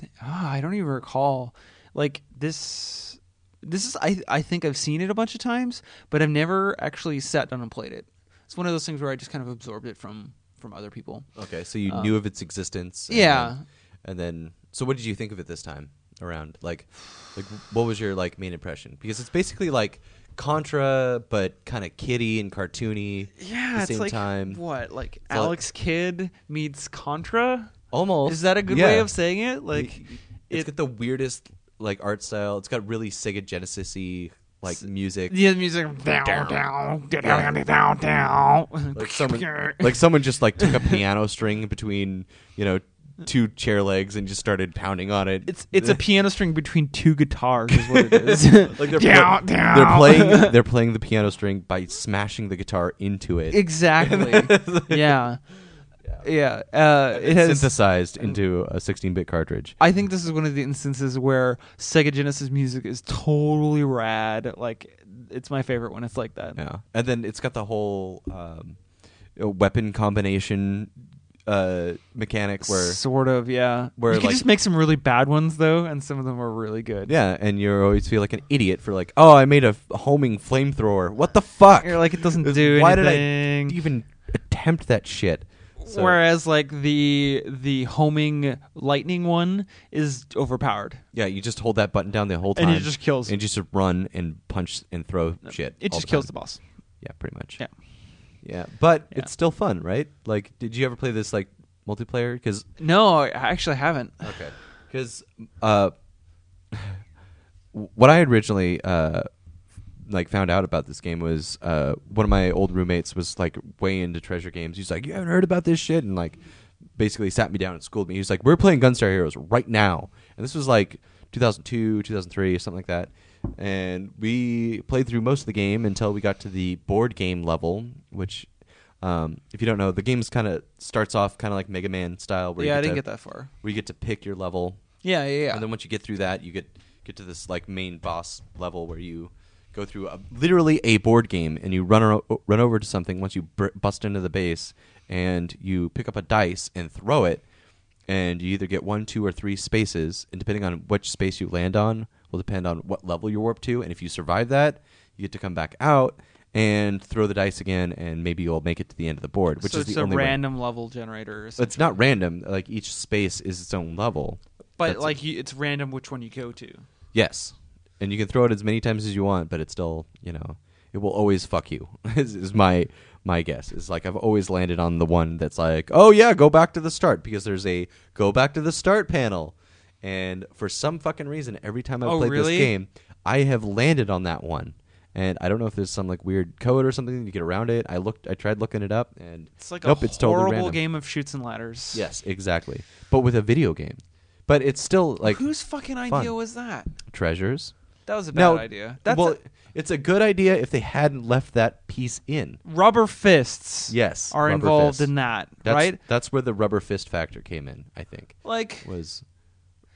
A: th- ah, I don't even recall. Like this, this is I I think I've seen it a bunch of times, but I've never actually sat down and played it. It's one of those things where I just kind of absorbed it from from other people.
B: Okay, so you knew of its existence.
A: Uh,
B: and
A: yeah.
B: then- and then, so what did you think of it this time around? Like, like what was your like main impression? Because it's basically like Contra, but kind of kitty and cartoony.
A: Yeah,
B: at the
A: it's
B: same
A: like
B: time,
A: what like
B: like-
A: Alex Kidd meets Contra.
B: almost
A: Is that a good
B: yeah.
A: way of saying it? Like
B: Y- It's
A: it-
B: got the weirdest like art style. It's got really Sega Genesisy like music.
A: yeah, the music down down down down down.
B: Like someone, like someone just like took a piano string between you know two chair legs and just started pounding on it.
A: It's it's a piano string between two guitars is what it is.
B: Like they're, pla- they're playing they're playing the piano string by smashing the guitar into it.
A: Exactly. yeah. Yeah. Uh, it
B: It's
A: has.
B: synthesized into a 16-bit cartridge.
A: I think this is one of the instances where Sega Genesis music is totally rad. Like, it's my favorite when it's like that.
B: Yeah, and then it's got the whole um, uh, weapon combination uh, mechanic where
A: sort of, yeah.
B: where,
A: you can
B: like-
A: just make some really bad ones though, and some of them are really good.
B: yeah, and you always feel like an idiot for like, oh, I made a f- homing flamethrower. What the fuck?
A: You're like, it doesn't do
B: Why
A: anything.
B: did I even attempt that shit? So-
A: Whereas, like the the homing lightning one is overpowered.
B: Yeah, you just hold that button down the whole time,
A: And it just kills.
B: and just run and punch and throw shit.
A: It
B: all
A: just kills
B: time.
A: the boss.
B: Yeah, pretty much.
A: Yeah.
B: yeah, but
A: Yeah.
B: it's still fun, right? Like, did you ever play this like multiplayer? Because
A: No, I actually haven't.
B: okay, because uh, what I originally uh like found out about this game was uh one of my old roommates was like way into treasure games. He's like, you haven't heard about this shit, and like basically sat me down and schooled me. He was like, we're playing Gunstar Heroes right now, and this was like 2002, 2003, something like that. And we played through most of the game until we got to the board game level, which. Um, if you don't know, the game's kind of starts off kind of like Mega Man style. Where you
A: yeah, I
B: to-
A: didn't get that far.
B: where you get to pick your level.
A: Yeah, yeah, yeah.
B: And then once you get through that, you get get to this like main boss level where you go through a, literally a board game and you run aro- run over to something once you br- bust into the base and you pick up a dice and throw it and you either get one, two, or three spaces and depending on which space you land on will depend on what level you're warped to and if you survive that you get to come back out and throw the dice again and maybe you'll make it to the end of the board which
A: so
B: is
A: it's
B: the
A: a
B: only way-
A: random level generator.
B: it's not random. Like each space is its own level.
A: But
B: That's-
A: like, you, it's random which one you go to.
B: yes, and you can throw it as many times as you want, but it's still you know it will always fuck you. is, is my my guess is like I've always landed on the one that's like oh yeah go back to the start because there's a go back to the start panel. And for some fucking reason, every time I've
A: Oh,
B: played
A: really?
B: this game, I have landed on that one. And I don't know if there's some like weird code or something to get around it. I looked, I tried looking it up, and
A: It's like
B: nope,
A: a
B: it's totally
A: horrible
B: random.
A: game of shoots and ladders.
B: Yes, exactly. But with a video game. But it's still like
A: Whose fucking idea
B: Fun.
A: was that?
B: treasures.
A: That was a bad
B: No
A: idea. That's
B: well,
A: a-
B: it's a good idea if they hadn't left that piece in.
A: rubber fists.
B: Yes,
A: are
B: rubber
A: involved
B: fists.
A: in that,
B: That's,
A: right?
B: That's where the rubber fist factor came in. I think
A: Like,
B: was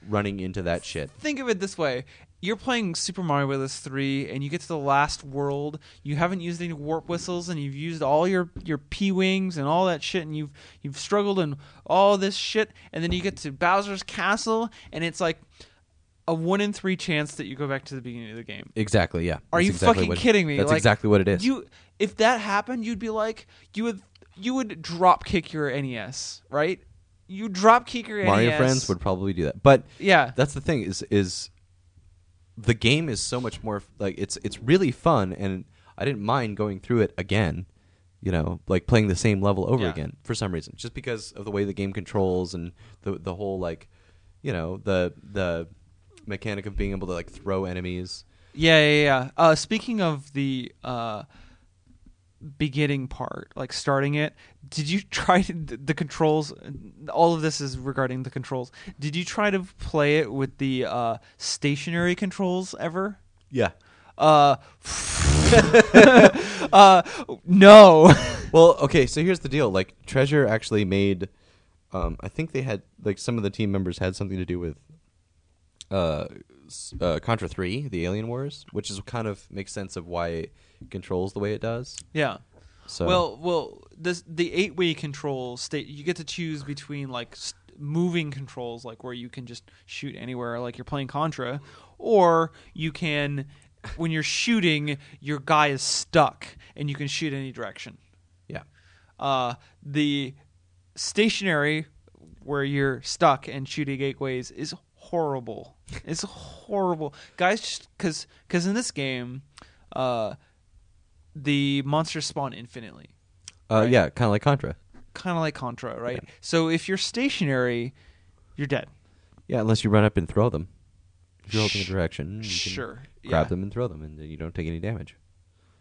B: running into that shit.
A: think of it this way: you're playing Super Mario Bros. Three, and you get to the last world. You haven't used any warp whistles, and you've used all your your P wings and all that shit, and you've you've struggled and all this shit, and then you get to Bowser's castle, and it's like a one in three chance that you go back to the beginning of the game.
B: Exactly. Yeah.
A: Are
B: That's
A: you
B: exactly
A: fucking
B: what-
A: kidding me?
B: That's
A: Like,
B: exactly what it is.
A: You, if that happened, you'd be like, you would, you would drop kick your NES, right? You drop kick your E
B: Mario
A: NES.
B: friends would probably do that, but
A: Yeah.
B: that's the thing is is the game is so much more like it's it's really fun, and I didn't mind going through it again. You know, like playing the same level over
A: Yeah.
B: again for some reason, just because of the way the game controls and the the whole like, you know, the the mechanic of being able to like throw enemies.
A: Yeah, yeah, yeah. Uh, speaking of the uh, beginning part, like starting it, did you try to, th- the controls? All of this is regarding the controls. Did you try to play it with the uh, stationary controls ever?
B: Yeah.
A: Uh, uh, no.
B: Well, okay, so here's the deal. Like Treasure actually made um I think they had like some of the team members had something to do with uh, s- uh Contra 3, The Alien Wars, which is kind of makes sense of why it controls the way it does.
A: yeah.
B: So
A: Well, well, this, the eight-way control state. You get to choose between like s moving controls, like where you can just shoot anywhere, like you're playing Contra, or you can, when you're shooting, your guy is stuck and you can shoot any direction.
B: yeah.
A: Uh, the stationary, where you're stuck and shooting eight ways, is horrible. it's horrible, guys. Just because, because in this game, uh, the monsters spawn infinitely
B: Uh yeah, kind of like Contra.
A: kind of like Contra, right? So if you're stationary, you're dead.
B: Yeah, unless you run up and throw them. If you're holding a
A: Sh-
B: direction, Hmm, you can
A: sure, yeah.
B: grab them and throw them and then you don't take any damage.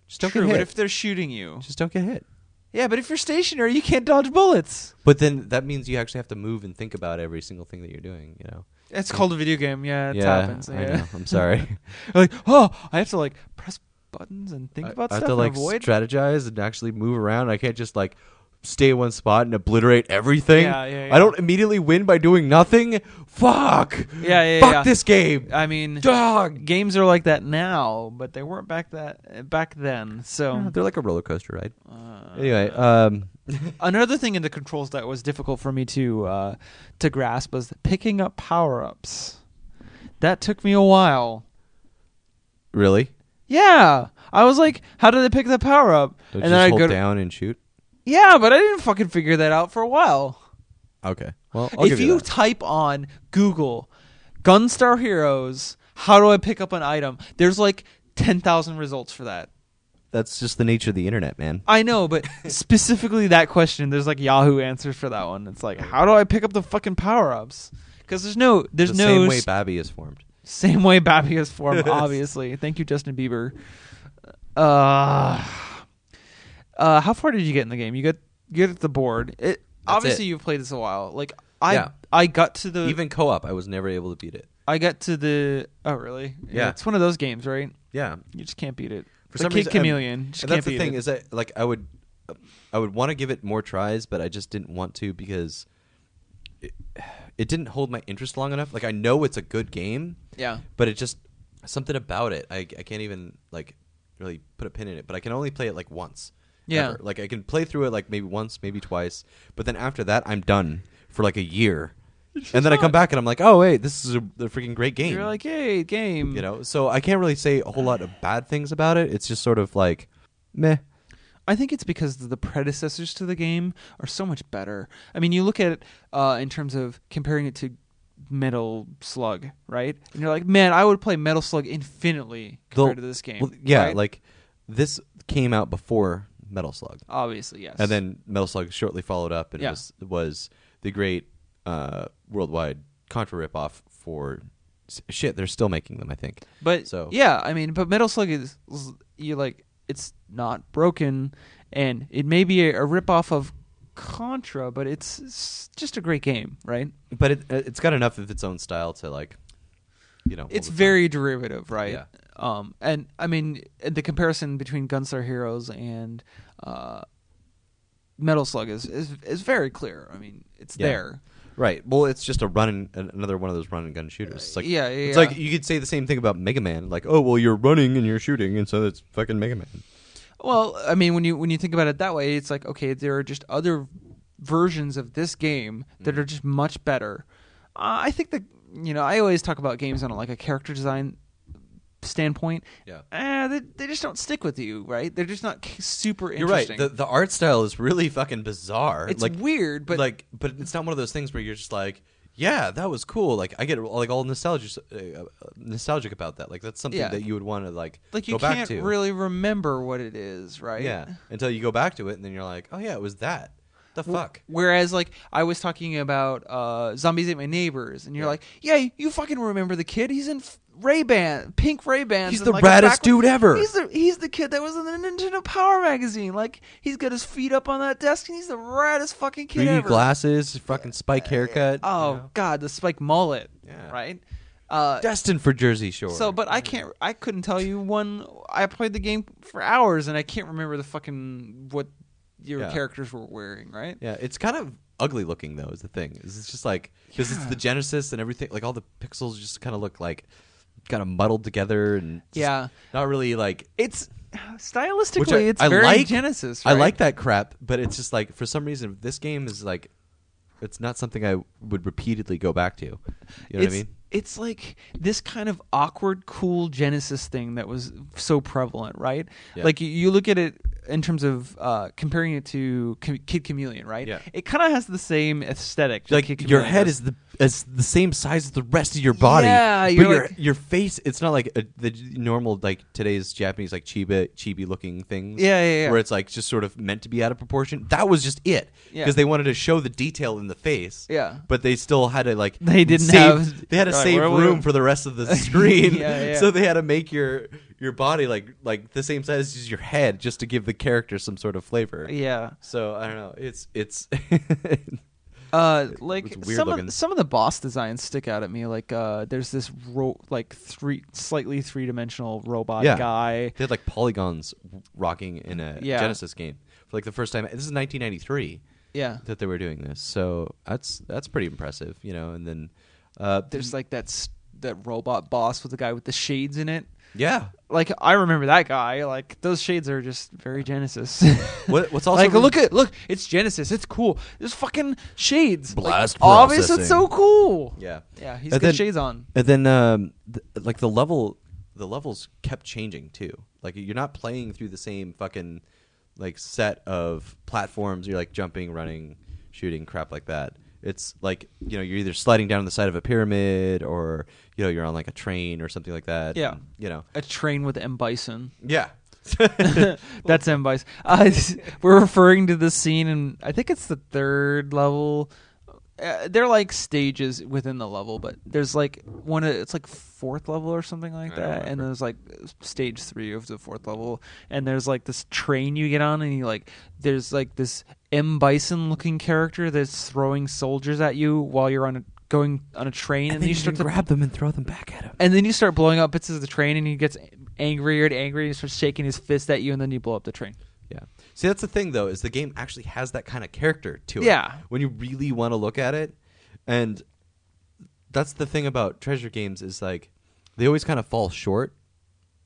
B: Just don't
A: True,
B: get
A: but
B: hit.
A: if they're shooting you,
B: Just don't get hit.
A: yeah, but if you're stationary, you can't dodge bullets.
B: But then that means you actually have to move and think about every single thing that you're doing, you know.
A: It's called a video game. Yeah, it
B: yeah,
A: happens.
B: I
A: yeah.
B: know. I'm sorry.
A: like, oh, I have to like press buttons and think
B: I-
A: about
B: I
A: stuff
B: have to
A: and
B: like
A: avoid.
B: strategize and actually move around. I can't just like stay in one spot and obliterate everything.
A: Yeah, yeah, yeah.
B: I don't immediately win by doing nothing. Fuck.
A: Yeah, yeah,
B: Fuck
A: yeah. Uh,
B: this game.
A: I mean,
B: Dog.
A: games are like that now, but they weren't back that back then. So
B: They're like a roller coaster ride.
A: uh,
B: anyway, um,
A: another thing in the controls that was difficult for me to uh, to grasp was picking up power ups. That took me a while.
B: really?
A: Yeah. I was like, how do they pick the power up?
B: Don't
A: and then
B: you just
A: I
B: hold
A: go to-
B: down and shoot.
A: Yeah, but I didn't fucking figure that out for a while.
B: Okay. Well, I'll
A: if
B: give
A: you,
B: you, that.
A: type on Google Gunstar Heroes, how do I pick up an item? There's like 10,000 results for that.
B: that's just the nature of the internet, man.
A: I know, but specifically that question, there's like Yahoo answers for that one. It's like, how do I pick up the fucking power ups? Because there's no, there's
B: the
A: no
B: same way
A: s-
B: Babby is formed.
A: Same way Bappy is formed, obviously. Thank you, Justin Bieber. Uh, uh, how far did you get in the game? You get get at the board. It obviously
B: it.
A: you've played this a while. Like I
B: Yeah.
A: I got to the
B: Even co-op, I was never able to beat it.
A: I got to the oh really
B: Yeah.
A: it's one of those games right
B: Yeah.
A: you just can't beat it
B: for
A: The
B: some
A: Kid
B: reason, and-
A: chameleon
B: And,
A: just can't
B: that's the
A: beat
B: thing
A: it.
B: is that like I would, I would want to give it more tries, but I just didn't want to because it, it didn't hold my interest long enough. Like I know it's a good game,
A: Yeah.
B: but it just something about it. I I can't even like really put a pin in it. But I can only play it like once.
A: Yeah.
B: ever. like I can play through it like maybe once, maybe twice, but then after that I'm done for like a year. And then I come back and I'm like, oh wait, this is a, a freaking great game
A: you're like yay game
B: you know so i can't really say a whole lot of bad things about it it's just sort of like meh
A: I think it's because the predecessors to the game are so much better. I mean, you look at it uh, in terms of comparing it to Metal Slug, right? And you're like, man, I would play Metal Slug infinitely compared
B: The-
A: to this game.
B: well, yeah
A: right?
B: like this came out before metal slug
A: obviously, yes.
B: and then metal slug shortly followed up and
A: Yeah.
B: it was, was the great uh, worldwide contra ripoff for s- shit. They're still making them, I think.
A: But
B: So-
A: yeah, I mean, but Metal Slug is you like it's not broken, and it may be a, a ripoff of Contra, but it's, it's just a great game, right?
B: But it it's got enough of its own style to like, you know, hold
A: It's
B: its own.
A: very derivative, right?
B: Yeah.
A: Um, and I mean, the comparison between Gunstar Heroes and uh, Metal Slug is, is is very clear. I mean, it's
B: Yeah.
A: there.
B: Right. Well, it's just a run and an- another one of those run and gun shooters. It's like
A: yeah, yeah,
B: It's
A: yeah.
B: like you could say the same thing about Mega Man. Like, oh well, you're running and you're shooting, and so it's fucking Mega Man.
A: Well, I mean, when you when you think about it that way, it's like okay, there are just other versions of this game that
B: Mm-hmm.
A: are just much better. Uh, I think that you know, I always talk about games on like a character design standpoint.
B: Yeah.
A: Eh, they, they just don't stick with you, right? They're just not c- super
B: You're right.
A: interesting.
B: The the art style is really fucking bizarre.
A: it's
B: like
A: weird, but
B: like, but it's not one of those things where you're just like, yeah, that was cool. Like, I get like all nostalgic uh, nostalgic about that. Like, that's something
A: Yeah.
B: that you would want to like
A: like
B: go
A: you
B: back
A: can't
B: to.
A: really remember what it is, right?
B: yeah, until you go back to it, and then you're like, oh yeah, it was that. The fuck.
A: Whereas, like, I was talking about uh, zombies ate my neighbors, and you're like, yeah, you fucking remember the kid? He's in f- Ray Ban, pink Ray Bans.
B: He's
A: and,
B: the
A: like, a
B: raddest
A: backwards-
B: dude ever.
A: He's the he's the kid that was in the Nintendo Power magazine. Like, he's got his feet up on that desk, and he's the raddest fucking kid
B: Greedy
A: ever.
B: glasses, fucking spike haircut.
A: oh God, the spike mullet,
B: Yeah.
A: right? Uh,
B: destined for Mm. Jersey Shore.
A: so, but I can't. I couldn't tell you one. I played the game for hours, and I can't remember the fucking what your
B: Yeah.
A: characters were wearing, right?
B: Yeah, it's kind of ugly looking though. Is the thing? Is it's just like because it's the Genesis and everything. Like all the pixels just kind of look like kind of muddled together and just
A: Yeah.
B: not really like.
A: It's stylistically,
B: Which I,
A: it's
B: I
A: very
B: like
A: Genesis.
B: I
A: right?
B: like that crap, but it's just like for some reason this game is like, it's not something I would repeatedly go back to. You know what I
A: it's,
B: mean?
A: It's like this kind of awkward, cool Genesis thing that was so prevalent, right?
B: Yeah.
A: Like you, you look at it in terms of uh, comparing it to Ch- Kid Chameleon, right?
B: Yeah.
A: It kind of has the same aesthetic. that
B: Like
A: Kid
B: your
A: Chameleon
B: head
A: does.
B: is the is the same size as the rest of your body.
A: Yeah,
B: but
A: you're
B: your
A: like-
B: your face. It's not like a, the normal like today's Japanese like chibi chibi looking things.
A: Yeah, yeah, yeah.
B: Where it's like just sort of meant to be out of proportion. That was just it
A: Yeah.
B: because they wanted to show the detail in the face.
A: Yeah.
B: but they still had to like
A: They didn't
B: save-
A: have-
B: they had to
A: They're like,
B: save
A: where we-
B: room for the rest of the screen.
A: Yeah, yeah.
B: So they had to make your your body like like the same size as your head just to give the character some sort of flavor.
A: Yeah.
B: So I don't know. It's it's.
A: Uh, like
B: it's weird
A: some
B: looking.
A: of some of the boss designs stick out at me. Like uh, there's this ro- like three slightly three dimensional robot
B: Yeah.
A: guy.
B: They had like polygons rocking in a
A: Yeah.
B: Genesis game for like the first time. This is 1993
A: Yeah.
B: that they were doing this, so that's that's pretty impressive, you know. And then, uh,
A: There's like that s- that robot boss with the guy with the shades in it.
B: yeah,
A: like I remember that guy. Like those shades are just very Genesis.
B: What- what's also
A: like
B: re-
A: look at look, it's Genesis. It's cool. There's fucking shades. Like,
G: Blast
A: obvious. It's
G: processing.
A: so cool.
B: yeah,
A: yeah. He's
B: And
A: got
B: then-
A: shades on.
B: And then, um, th- like the level, the levels kept changing too. Like you're not playing through the same fucking like set of platforms. You're like jumping, running, shooting, crap like that. It's like you know you're either sliding down the side of a pyramid or you know you're on like a train or something like that.
A: Yeah.
B: And, you know.
A: A train with M Bison.
B: Yeah.
A: That's M Bison. Uh, we're referring to this scene, and I think it's the third level. Uh, they're like stages within the level, but there's like one. of- It's like fourth level or something like that, and there's like stage three of the fourth level, and there's like this train you get on, and you like there's like this M Bison looking character that's throwing soldiers at you while you're on a going on a train, and, then you start to
B: grab them and throw them back at him.
A: and then you start blowing up bits of the train, and he gets angrier and angrier, and he starts shaking his fist at you, and then you blow up the train.
B: Yeah. See, that's the thing though, is the game actually has that kind of character to it.
A: Yeah.
B: When you really want to look at it, and that's the thing about treasure games is like they always kind of fall short.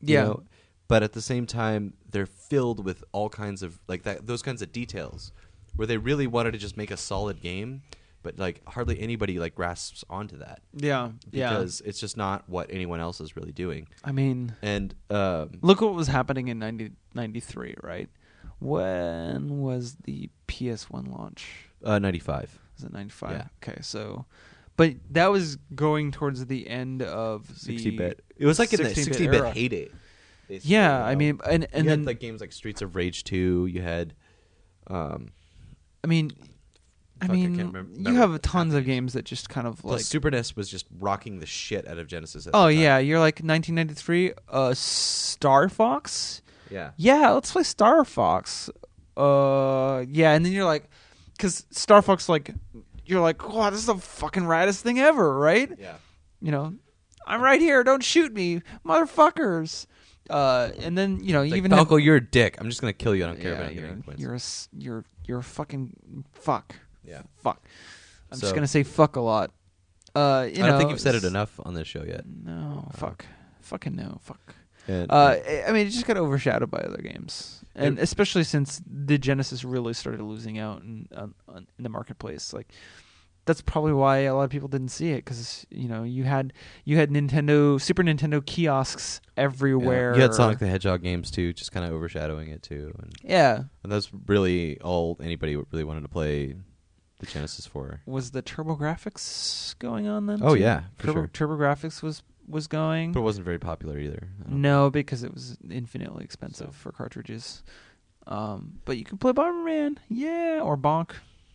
B: you
A: Yeah.
B: know, But at the same time, they're filled with all kinds of like that those kinds of details where they really wanted to just make a solid game, but like hardly anybody like grasps onto that
A: Yeah,
B: because it's just not what anyone else is really doing.
A: yeah. I mean,
B: And um,
A: look what was happening in 90, 93, right? When was the PS1 launch?
B: uh, ninety five.
A: Was it 95?
B: Yeah.
A: Okay, so but that was going towards the end of the
B: 60 bit. It was like in the
A: 16-bit
B: 60 bit
A: era.
B: heyday. basically,
A: Yeah,
B: you
A: I
B: know?
A: mean, and and
B: you
A: then
B: had like games like Streets of Rage 2, you had um
A: I mean, I
B: Fuck, I
A: mean,
B: can't remem-
A: you
B: remember
A: have
B: what
A: tons of
B: happened.
A: games that just kind of
B: Plus,
A: like.
B: Super NES was just rocking the shit out of Genesis. At
A: oh
B: the time.
A: yeah, you're like 1993. Uh, Star Fox.
B: yeah.
A: Yeah, let's play Star Fox. Uh, yeah, and then you're like, because Star Fox, like, you're like, wow, this is the fucking raddest thing ever, right?
B: Yeah.
A: you know, I'm right here. Don't shoot me, motherfuckers. Uh, and then you know, you
B: Like,
A: even
B: Falco, you're a dick. I'm just gonna kill you. I don't
A: have,
B: care
A: yeah,
B: about
A: you're,
B: any points.
A: you're a s- you're you're a fucking fuck.
B: Yeah.
A: fuck. I'm just
B: So-
A: gonna say fuck a lot. Uh, you
B: I don't
A: know,
B: think you've said it
A: s-
B: enough Uh, on this show yet.
A: No, fuck, fucking no, fuck.
B: And,
A: Uh, I- I mean, it just got overshadowed by other games, and especially since the Genesis really started losing out in, on, on, in the marketplace. Like, that's probably why a lot of people didn't see it because you know you had you had Nintendo Super Nintendo kiosks
B: yeah.
A: everywhere.
B: you had Sonic the Hedgehog games too, just kind of overshadowing it too, and,
A: Yeah,
B: and that's really all anybody really wanted to play the Genesis for.
A: was the TurboGrafx going on then?
B: Oh
A: too?
B: yeah, for
A: Turbo,
B: sure.
A: TurboGrafx was was going.
B: But it wasn't very popular either. I don't-
A: No, because it was infinitely expensive for cartridges. Um, but you could play Bomberman, yeah, or Bonk,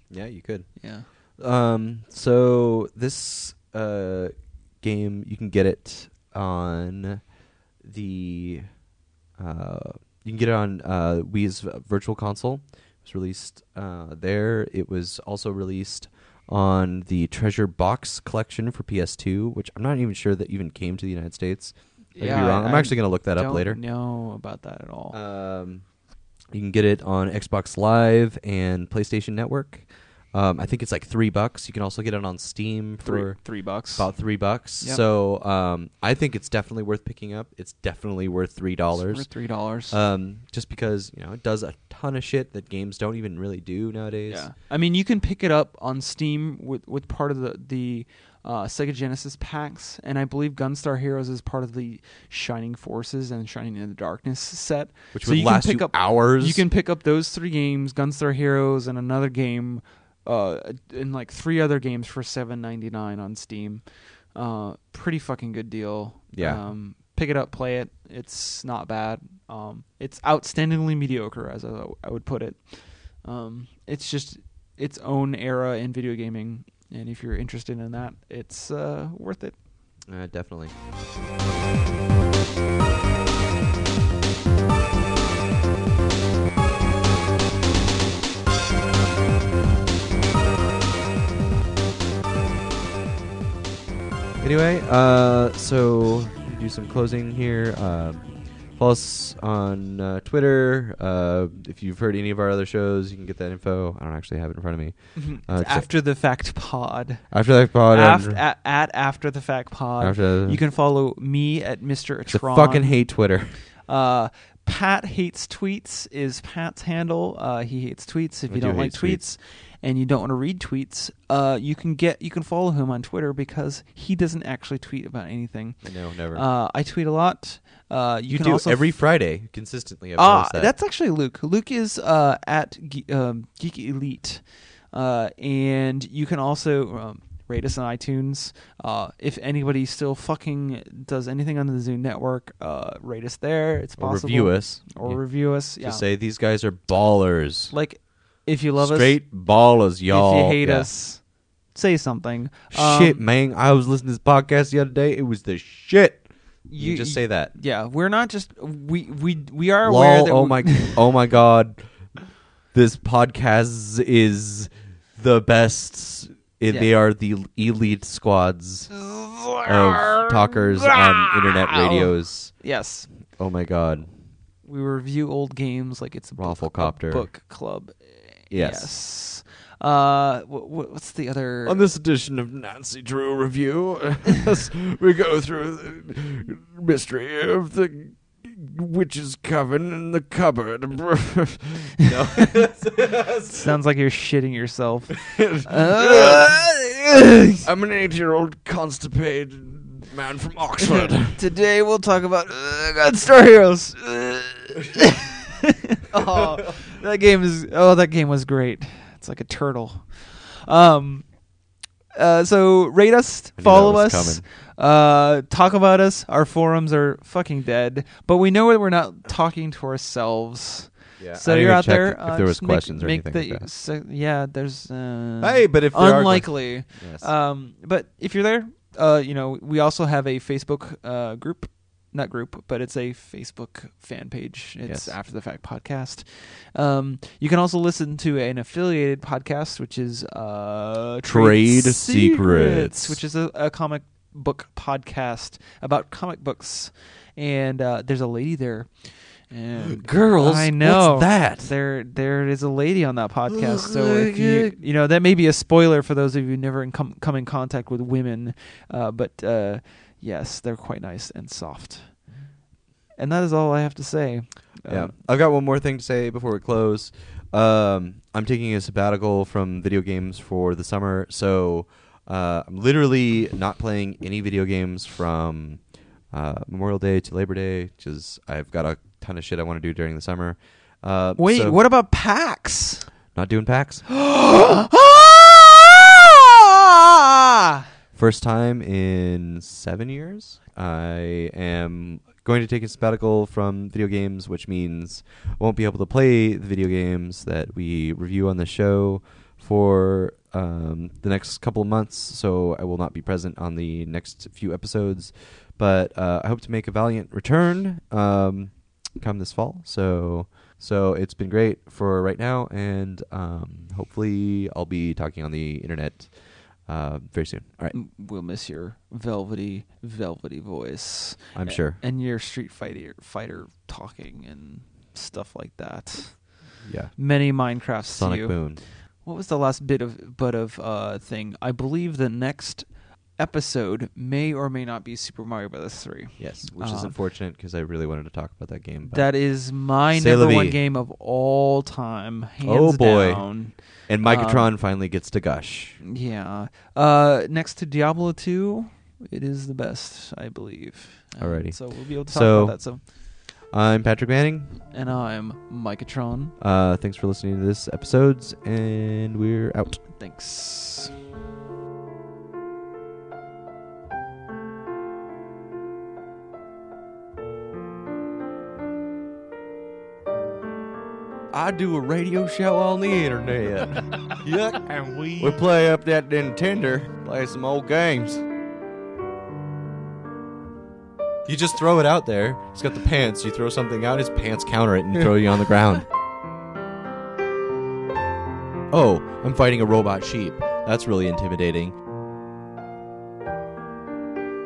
B: Yeah, you could.
A: yeah.
B: Um, so this uh, game you can get it on the uh, you can get it on uh, Wii's Virtual Console. It was released uh, there. It was also released on the Treasure Box collection for PS2, which I'm not even sure that even came to the United States. I could be wrong. I'm actually gonna look that up later.
A: Don't know about that at all.
B: Um, you can get it on Xbox Live and PlayStation Network. Um, I think it's like three bucks. You can also get it on Steam
A: three
B: for
A: three bucks.
B: about three bucks.
A: Yep.
B: So um, I think it's definitely worth picking up. It's definitely worth three
A: For
B: dollars.
A: three dollars.
B: Um, just because you know it does a ton of shit that games don't even really do nowadays.
A: yeah, I mean you can pick it up on Steam with with part of the the uh, Sega Genesis packs, and I believe Gunstar Heroes is part of the Shining Forces and Shining in the Darkness set,
B: Which
A: so
B: would
A: you
B: last
A: can pick
B: you
A: up
B: hours.
A: You can pick up those three games, Gunstar Heroes, and another game, uh, and like three other games for seven ninety nine on Steam. Uh, pretty fucking good deal.
B: Yeah.
A: Um, pick it up, play it. It's not bad. Um, it's outstandingly mediocre, as I, I would put it. Um, it's just its own era in video gaming, and if you're interested in that, it's uh, worth it.
B: Uh, definitely. Anyway, uh, so we do some closing here. Uh, follow us on uh, Twitter. Uh, if you've heard any of our other shows, you can get that info. I don't actually have it in front of me. Uh,
A: It's after the fact pod.
B: after that pod,
A: Aft,
B: and-
A: at, at after the fact pod.
B: After the-
A: you can follow me at Mr.
B: I
A: Atron.
B: fucking hate Twitter.
A: Uh, Pat hates tweets is Pat's handle. Uh, he hates tweets. If
B: I
A: you
B: do
A: don't like
B: hate
A: tweets,
B: tweets.
A: and you don't want to read tweets, uh, you can get you can follow him on Twitter because he doesn't actually tweet about anything.
B: No, never.
A: Uh, I tweet a lot. Uh, you,
B: You,
A: can
B: do
A: also
B: every Friday consistently. I've
A: Ah,
B: noticed that.
A: that's actually Luke. Luke is uh, at Ge- um, Geek Elite, uh, and you can also um, rate us on iTunes. Uh, if anybody still fucking does anything on the Zoom network, uh, rate us there. It's
B: Or
A: possible.
B: review us.
A: or
B: Yeah.
A: review us.
B: Just
A: Yeah,
B: say these guys are ballers.
A: like if you love us,
B: Straight ballers, y'all.
A: if you hate
B: Yeah.
A: us, say something.
B: shit,
A: Um,
B: man. I was listening to this podcast the other day. It was the shit. You,
A: You-
B: just say that.
A: Yeah, we're not just we we we are aware
B: Lol.
A: that
B: Oh
A: we-
B: my. oh my god. This podcast is the best. It,
A: Yeah.
B: They are the elite squads of talkers on internet radios.
A: yes.
B: Oh my god.
A: We review old games like it's a book, a
B: Rafflecopter.
A: book club.
B: Yes.
A: Yes. Uh, what, what's the other?
B: On this edition of Nancy Drew Review, we go through the mystery of the witch's coven in the cupboard.
A: Sounds like you're shitting yourself.
B: I'm an eight-year-old constipated man from Oxford.
A: Today we'll talk about uh, Gunstar Heroes. oh, that game is oh that game was great. It's like a turtle. Um, uh, so rate us,
B: that
A: follow
B: was
A: us, uh, talk about us. Our forums are fucking dead, but we know that we're not talking to ourselves.
B: Yeah, I
A: So
B: didn't
A: you're
B: even
A: out
B: check
A: there.
B: if
A: uh,
B: there was
A: just make-
B: questions or
A: make
B: anything
A: the-
B: like that.
A: so- yeah, there's. Uh,
B: Hey, but if there are
A: unlikely.
B: Yes.
A: Um, but if you're there, uh, you know we also have a Facebook uh, group, not group, but it's a Facebook fan page. It's
B: Yes.
A: After the Fact podcast. Um, you can also listen to an affiliated podcast, which is uh,
B: Trade Secrets.
A: which is a, a comic book podcast about comic books, and uh, there's a lady there. And
E: Girls,
A: I know
E: what's that?
A: there there is a lady on that podcast. So if you you know that may be a spoiler for those of you who never in come come in contact with women, uh, but uh, yes, they're quite nice and soft. And that is all I have to say.
B: Yeah,
A: Um,
B: I've got one more thing to say before we close. Um, I'm taking a sabbatical from video games for the summer, so uh, I'm literally not playing any video games from uh, Memorial Day to Labor Day because I've got a ton of shit I want to do during the summer. Uh,
A: Wait,
B: so-
A: what about PAX?
B: Not doing packs.
A: Ah!
B: First time in seven years. I am going to take a sabbatical from video games, which means I won't be able to play the video games that we review on the show for um, the next couple of months. So I will not be present on the next few episodes. But uh, I hope to make a valiant return um, come this fall. So. So it's been great for right now, and um, hopefully I'll be talking on the internet uh, very soon. All right,
A: We'll miss your velvety, velvety voice.
B: I'm sure.
A: And your Street Fighter fighter talking and stuff like that.
B: Yeah.
A: Many Minecrafts. to
B: Sonic
A: you.
B: Boom.
A: What was the last bit of but of uh thing? I believe the next episode may or may not be Super Mario Brothers 3.
B: Yes, which is
A: Uh,
B: unfortunate because I really wanted to talk about that game. but-
A: That is my
B: C'est la
A: number
B: vie.
A: one game of all time, hands
B: Oh, boy.
A: down.
B: and Micatron finally gets to gush.
A: Yeah. Uh next to Diablo 2, it is the best, I believe. And
B: Alrighty.
A: So we'll be able to talk
B: So-
A: about that so
B: I'm Patrick Manning.
A: and I'm Micatron.
B: Uh, thanks for listening to this episodes, and we're out.
A: Thanks.
G: I do a radio show on the internet. Yuck.
C: And
G: We play up that Nintendo, play some old games.
B: You just throw it out there. He's got the pants. You throw something out, his pants counter it and throw you on the ground. Oh, I'm fighting a robot sheep. That's really intimidating.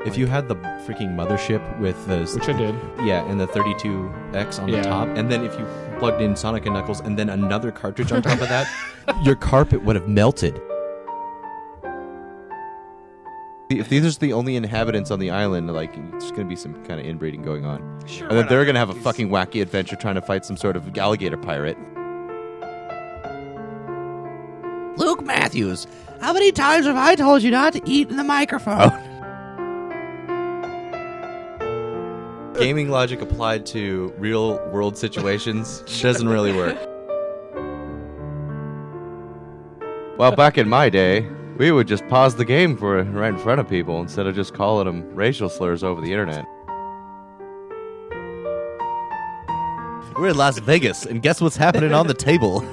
B: If you had the freaking mothership with those.
D: Which I did.
B: Yeah, and the 32X on
D: Yeah.
B: the top. And then if you plugged in Sonic and Knuckles and then another cartridge on top of that, your carpet would have melted. If these are the only inhabitants on the island, like it's going to be some kind of inbreeding going on. Sure. And then they're going to have a fucking wacky adventure trying to fight some sort of alligator pirate.
G: Luke Matthews, how many times have I told you not to eat in the microphone?
B: Gaming logic applied to real world situations doesn't really work. Well, back in my day, we would just pause the game for right in front of people instead of just calling them racial slurs over the internet. We're in Las Vegas, and guess what's happening on the table?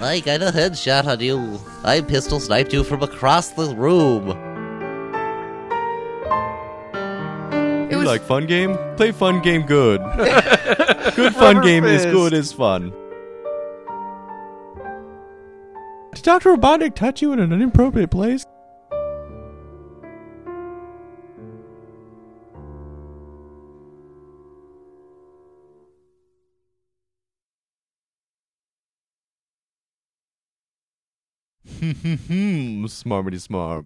E: I got a headshot on you. I pistol sniped you from across the room.
B: You like fun game? Play fun game good. good fun game is good is fun.
D: Did Dr. Robotnik touch you in an inappropriate place?
B: Hmm, smarmity smarm.